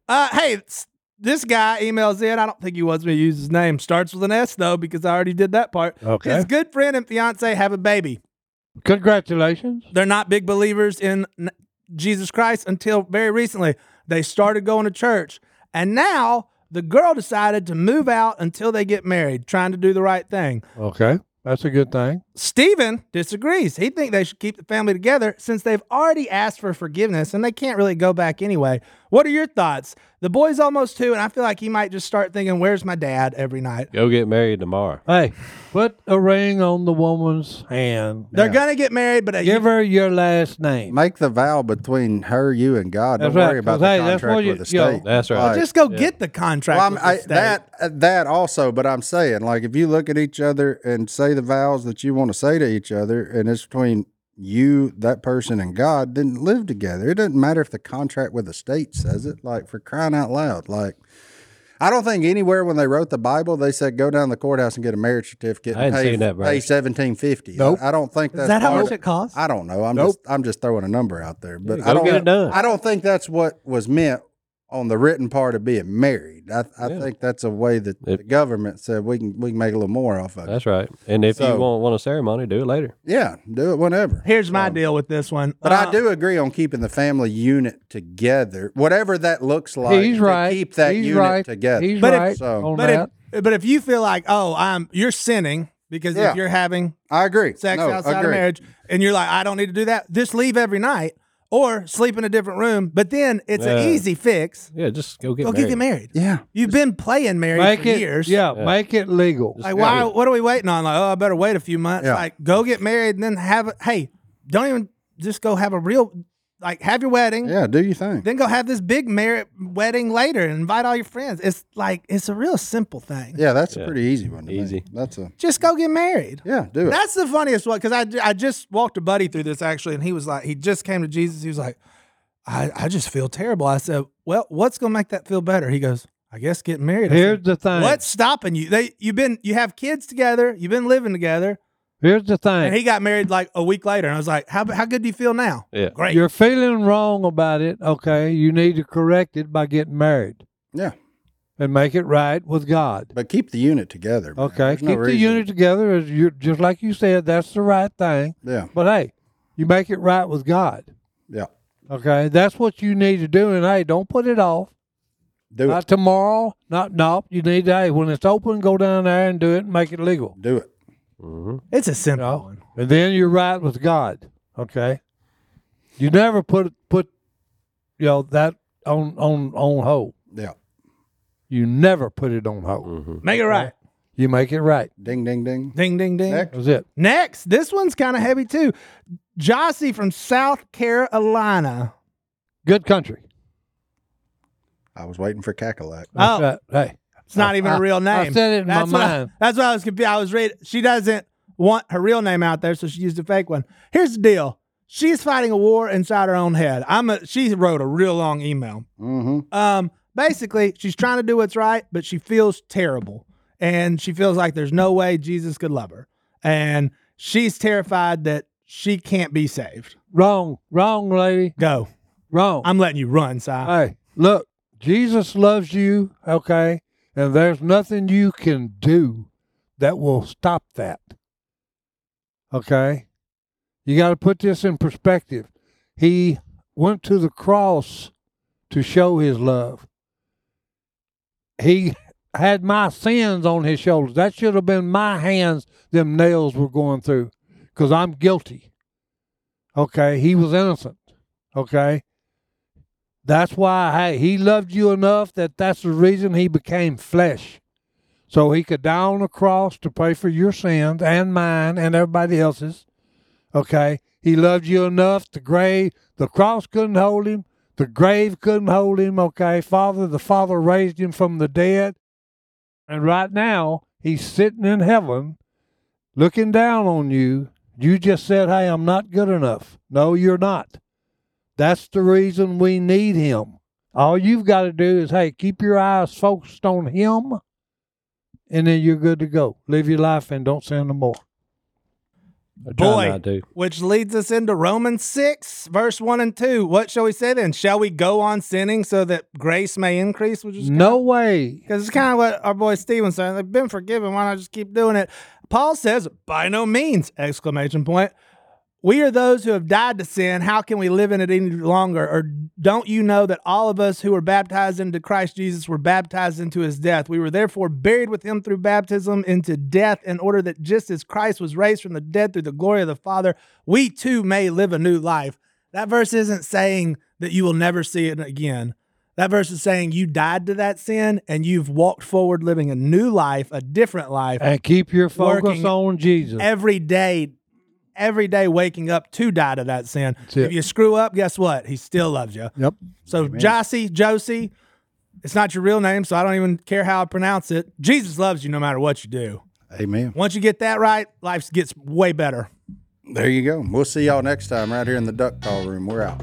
Speaker 1: Uh, hey, s- this guy emails in. I don't think he wants me to use his name. Starts with an S though, because I already did that part.
Speaker 2: Okay.
Speaker 1: His good friend and fiance have a baby.
Speaker 2: Congratulations.
Speaker 1: They're not big believers in n- Jesus Christ until very recently. They started going to church, and now the girl decided to move out until they get married, trying to do the right thing.
Speaker 2: Okay. That's a good thing.
Speaker 1: Stephen disagrees. He thinks they should keep the family together since they've already asked for forgiveness and they can't really go back anyway. What are your thoughts? The boy's almost two, and I feel like he might just start thinking, Where's my dad every night?
Speaker 4: Go get married tomorrow.
Speaker 2: Hey, put a ring on the woman's hand.
Speaker 1: They're going to get married, but uh,
Speaker 2: Give her your last name.
Speaker 3: Make the vow between her, you, and God. Don't
Speaker 2: That's right,
Speaker 3: worry about
Speaker 2: 'cause,
Speaker 3: the
Speaker 2: hey, that's
Speaker 3: contract
Speaker 2: what you-
Speaker 3: with the
Speaker 2: yo,
Speaker 3: state.
Speaker 4: That's right.
Speaker 3: Like,
Speaker 1: just go get the contract.
Speaker 3: well, I'm,
Speaker 1: with the
Speaker 3: I,
Speaker 1: state.
Speaker 3: that uh, that also, but I'm saying, like, if you look at each other and say the vows that you want to say to each other, and it's between you, that person, and God, then live together. It doesn't matter if the contract with the state says it. Like, for crying out loud, like. I don't think anywhere when they wrote the Bible they said go down to the courthouse and get a marriage certificate.
Speaker 4: I
Speaker 3: and
Speaker 4: hadn't
Speaker 3: pay,
Speaker 4: seen that verse.
Speaker 3: Pay seventeen fifty.
Speaker 2: Nope.
Speaker 3: I, I don't think that's
Speaker 1: Is that how
Speaker 3: part-
Speaker 1: much it costs?
Speaker 3: I don't know. I'm just I'm just throwing a number out there, but I
Speaker 4: go
Speaker 3: don't
Speaker 4: get it done.
Speaker 3: I don't think that's what was meant on the written part of being married. I, I
Speaker 4: Yeah.
Speaker 3: think that's a way that the
Speaker 4: It-
Speaker 3: government said we can we can make a little more off of it.
Speaker 4: That's right. And if
Speaker 3: So-
Speaker 4: you want, want a ceremony, do it later.
Speaker 3: Yeah, do it whenever.
Speaker 1: Here's my deal with this one.
Speaker 3: Um, But
Speaker 1: Uh,
Speaker 3: I do agree on keeping the family unit together, whatever that looks like.
Speaker 2: He's
Speaker 3: to
Speaker 2: right.
Speaker 3: Keep that
Speaker 2: He's
Speaker 3: unit
Speaker 2: right.
Speaker 3: together.
Speaker 2: He's
Speaker 1: But if-
Speaker 2: right
Speaker 3: So-
Speaker 2: on
Speaker 1: But
Speaker 2: that.
Speaker 1: if, but if you feel like, oh, I'm you're sinning because
Speaker 3: Yeah.
Speaker 1: if you're having
Speaker 3: I agree.
Speaker 1: sex
Speaker 3: No,
Speaker 1: outside of
Speaker 3: agree.
Speaker 1: marriage and you're like i don't need to do that just leave every night or sleep in a different room but then it's
Speaker 4: Yeah.
Speaker 1: an easy fix
Speaker 4: Yeah, just go get
Speaker 1: go
Speaker 4: married.
Speaker 1: get married
Speaker 3: Yeah,
Speaker 1: you've been playing married
Speaker 2: make
Speaker 1: for
Speaker 2: it,
Speaker 1: years
Speaker 2: Yeah,
Speaker 4: Yeah.
Speaker 2: make it legal.
Speaker 1: like why what are we waiting on like oh i better wait a few months
Speaker 3: Yeah.
Speaker 1: like go get married and then have a hey don't even just go have a real like have your wedding
Speaker 3: yeah. Do you think?
Speaker 1: then go have this big married wedding later and invite all your friends it's like it's a real simple thing
Speaker 3: Yeah, that's a
Speaker 4: Yeah.
Speaker 3: pretty easy one. to me.
Speaker 4: Easy.
Speaker 3: That's a
Speaker 1: just go get married
Speaker 3: yeah. Do it.
Speaker 1: That's the funniest one because I, I just walked a buddy through this actually, and he was like, he just came to Jesus. He was like, I, I just feel terrible. I said, Well, what's gonna make that feel better? He goes, I guess getting married. I
Speaker 2: Here's
Speaker 1: said,
Speaker 2: the thing.
Speaker 1: What's stopping you? They you've been you have kids together, you've been living together,
Speaker 2: Here's the thing.
Speaker 1: and he got married like a week later. And I was like, How how good do you feel now?
Speaker 4: Yeah.
Speaker 1: Great.
Speaker 2: You're feeling wrong about it. Okay, you need to correct it by getting married.
Speaker 3: Yeah.
Speaker 2: and make it right with God.
Speaker 3: But keep the unit together. man.
Speaker 2: Okay,
Speaker 3: There's
Speaker 2: keep
Speaker 3: no
Speaker 2: the
Speaker 3: reason-
Speaker 2: unit together. As you just like you said, that's the right thing.
Speaker 3: Yeah.
Speaker 2: But hey, you make it right with God.
Speaker 3: Yeah.
Speaker 2: Okay, that's what you need to do. And hey, don't put it off.
Speaker 3: Do it.
Speaker 2: Not tomorrow. Not no. You need to hey, when it's open, go down there and do it and make it legal.
Speaker 3: Do it.
Speaker 1: It's a simple
Speaker 2: No.
Speaker 1: one.
Speaker 2: And then you're right with God. Okay. You never put put you know that on on on hold.
Speaker 3: Yeah.
Speaker 2: You never put it on hold.
Speaker 1: Make it right.
Speaker 2: You make it right.
Speaker 3: Ding, ding, ding.
Speaker 1: Ding ding ding.
Speaker 3: Next.
Speaker 2: That was it.
Speaker 1: Next, this one's kind of heavy too. Jossie from South Carolina.
Speaker 2: Good country.
Speaker 3: I was waiting for Cackalack.
Speaker 1: Oh.
Speaker 2: That's right. Hey.
Speaker 1: It's not even a real
Speaker 2: I
Speaker 1: name.
Speaker 2: said it in my
Speaker 1: that's what I-
Speaker 2: mind.
Speaker 1: that's what I was confused. I was reading. She doesn't want her real name out there, so she used a fake one. Here's the deal. She's fighting a war inside her own head. I'm a, she wrote a real long email.
Speaker 3: Mm-hmm.
Speaker 1: Um, basically, she's trying to do what's right, but she feels terrible. And she feels like there's no way Jesus could love her. And she's terrified that she can't be saved.
Speaker 2: Wrong. Wrong, lady.
Speaker 1: Go.
Speaker 2: Wrong.
Speaker 1: I'm letting you run, Si.
Speaker 2: hey, look, Jesus loves you, okay? And there's nothing you can do that will stop that. Okay? You got to put this in perspective. He went to the cross to show his love. He had my sins on his shoulders. That should have been my hands, them nails were going through, because I'm guilty. Okay? He was innocent. Okay? That's why hey, he loved you enough that that's the reason he became flesh. So he could die on the cross to pay for your sins and mine and everybody else's. Okay? He loved you enough. The grave, the cross couldn't hold him. The grave couldn't hold him. Okay? Father, the Father raised him from the dead. And right now, he's sitting in heaven looking down on you. You just said, hey, I'm not good enough. No, you're not. That's the reason we need him. All you've got to do is, hey, keep your eyes focused on him, and then you're good to go. Live your life and don't sin no more.
Speaker 4: I try
Speaker 1: Boy.
Speaker 4: not to.
Speaker 1: Which leads us into Romans 6, verse 1 and 2. What shall we say then? Shall we go on sinning so that grace may increase? Which is
Speaker 2: No way.
Speaker 1: Because it's kind of what our boy Steven said. They've been forgiven. Why not just keep doing it? Paul says, by no means, exclamation point. We are those who have died to sin. How can we live in it any longer? Or don't you know that all of us who were baptized into Christ Jesus were baptized into his death? We were therefore buried with him through baptism into death, in order that just as Christ was raised from the dead through the glory of the Father, we too may live a new life. That verse isn't saying that you will never see it again. That verse is saying you died to that sin and you've walked forward living a new life, a different life,
Speaker 2: And keep your focus
Speaker 1: Working
Speaker 2: on Jesus.
Speaker 1: every day, every day waking up to die to that sin.
Speaker 2: it.
Speaker 1: If you screw up, guess what? He still loves you.
Speaker 2: Yep.
Speaker 1: So, Jossie, Josie, it's not your real name, so I don't even care how I pronounce it. Jesus loves you no matter what you do.
Speaker 3: Amen.
Speaker 1: Once you get that right, life gets way better.
Speaker 3: There you go. We'll see y'all next time right here in the duck call room. We're out.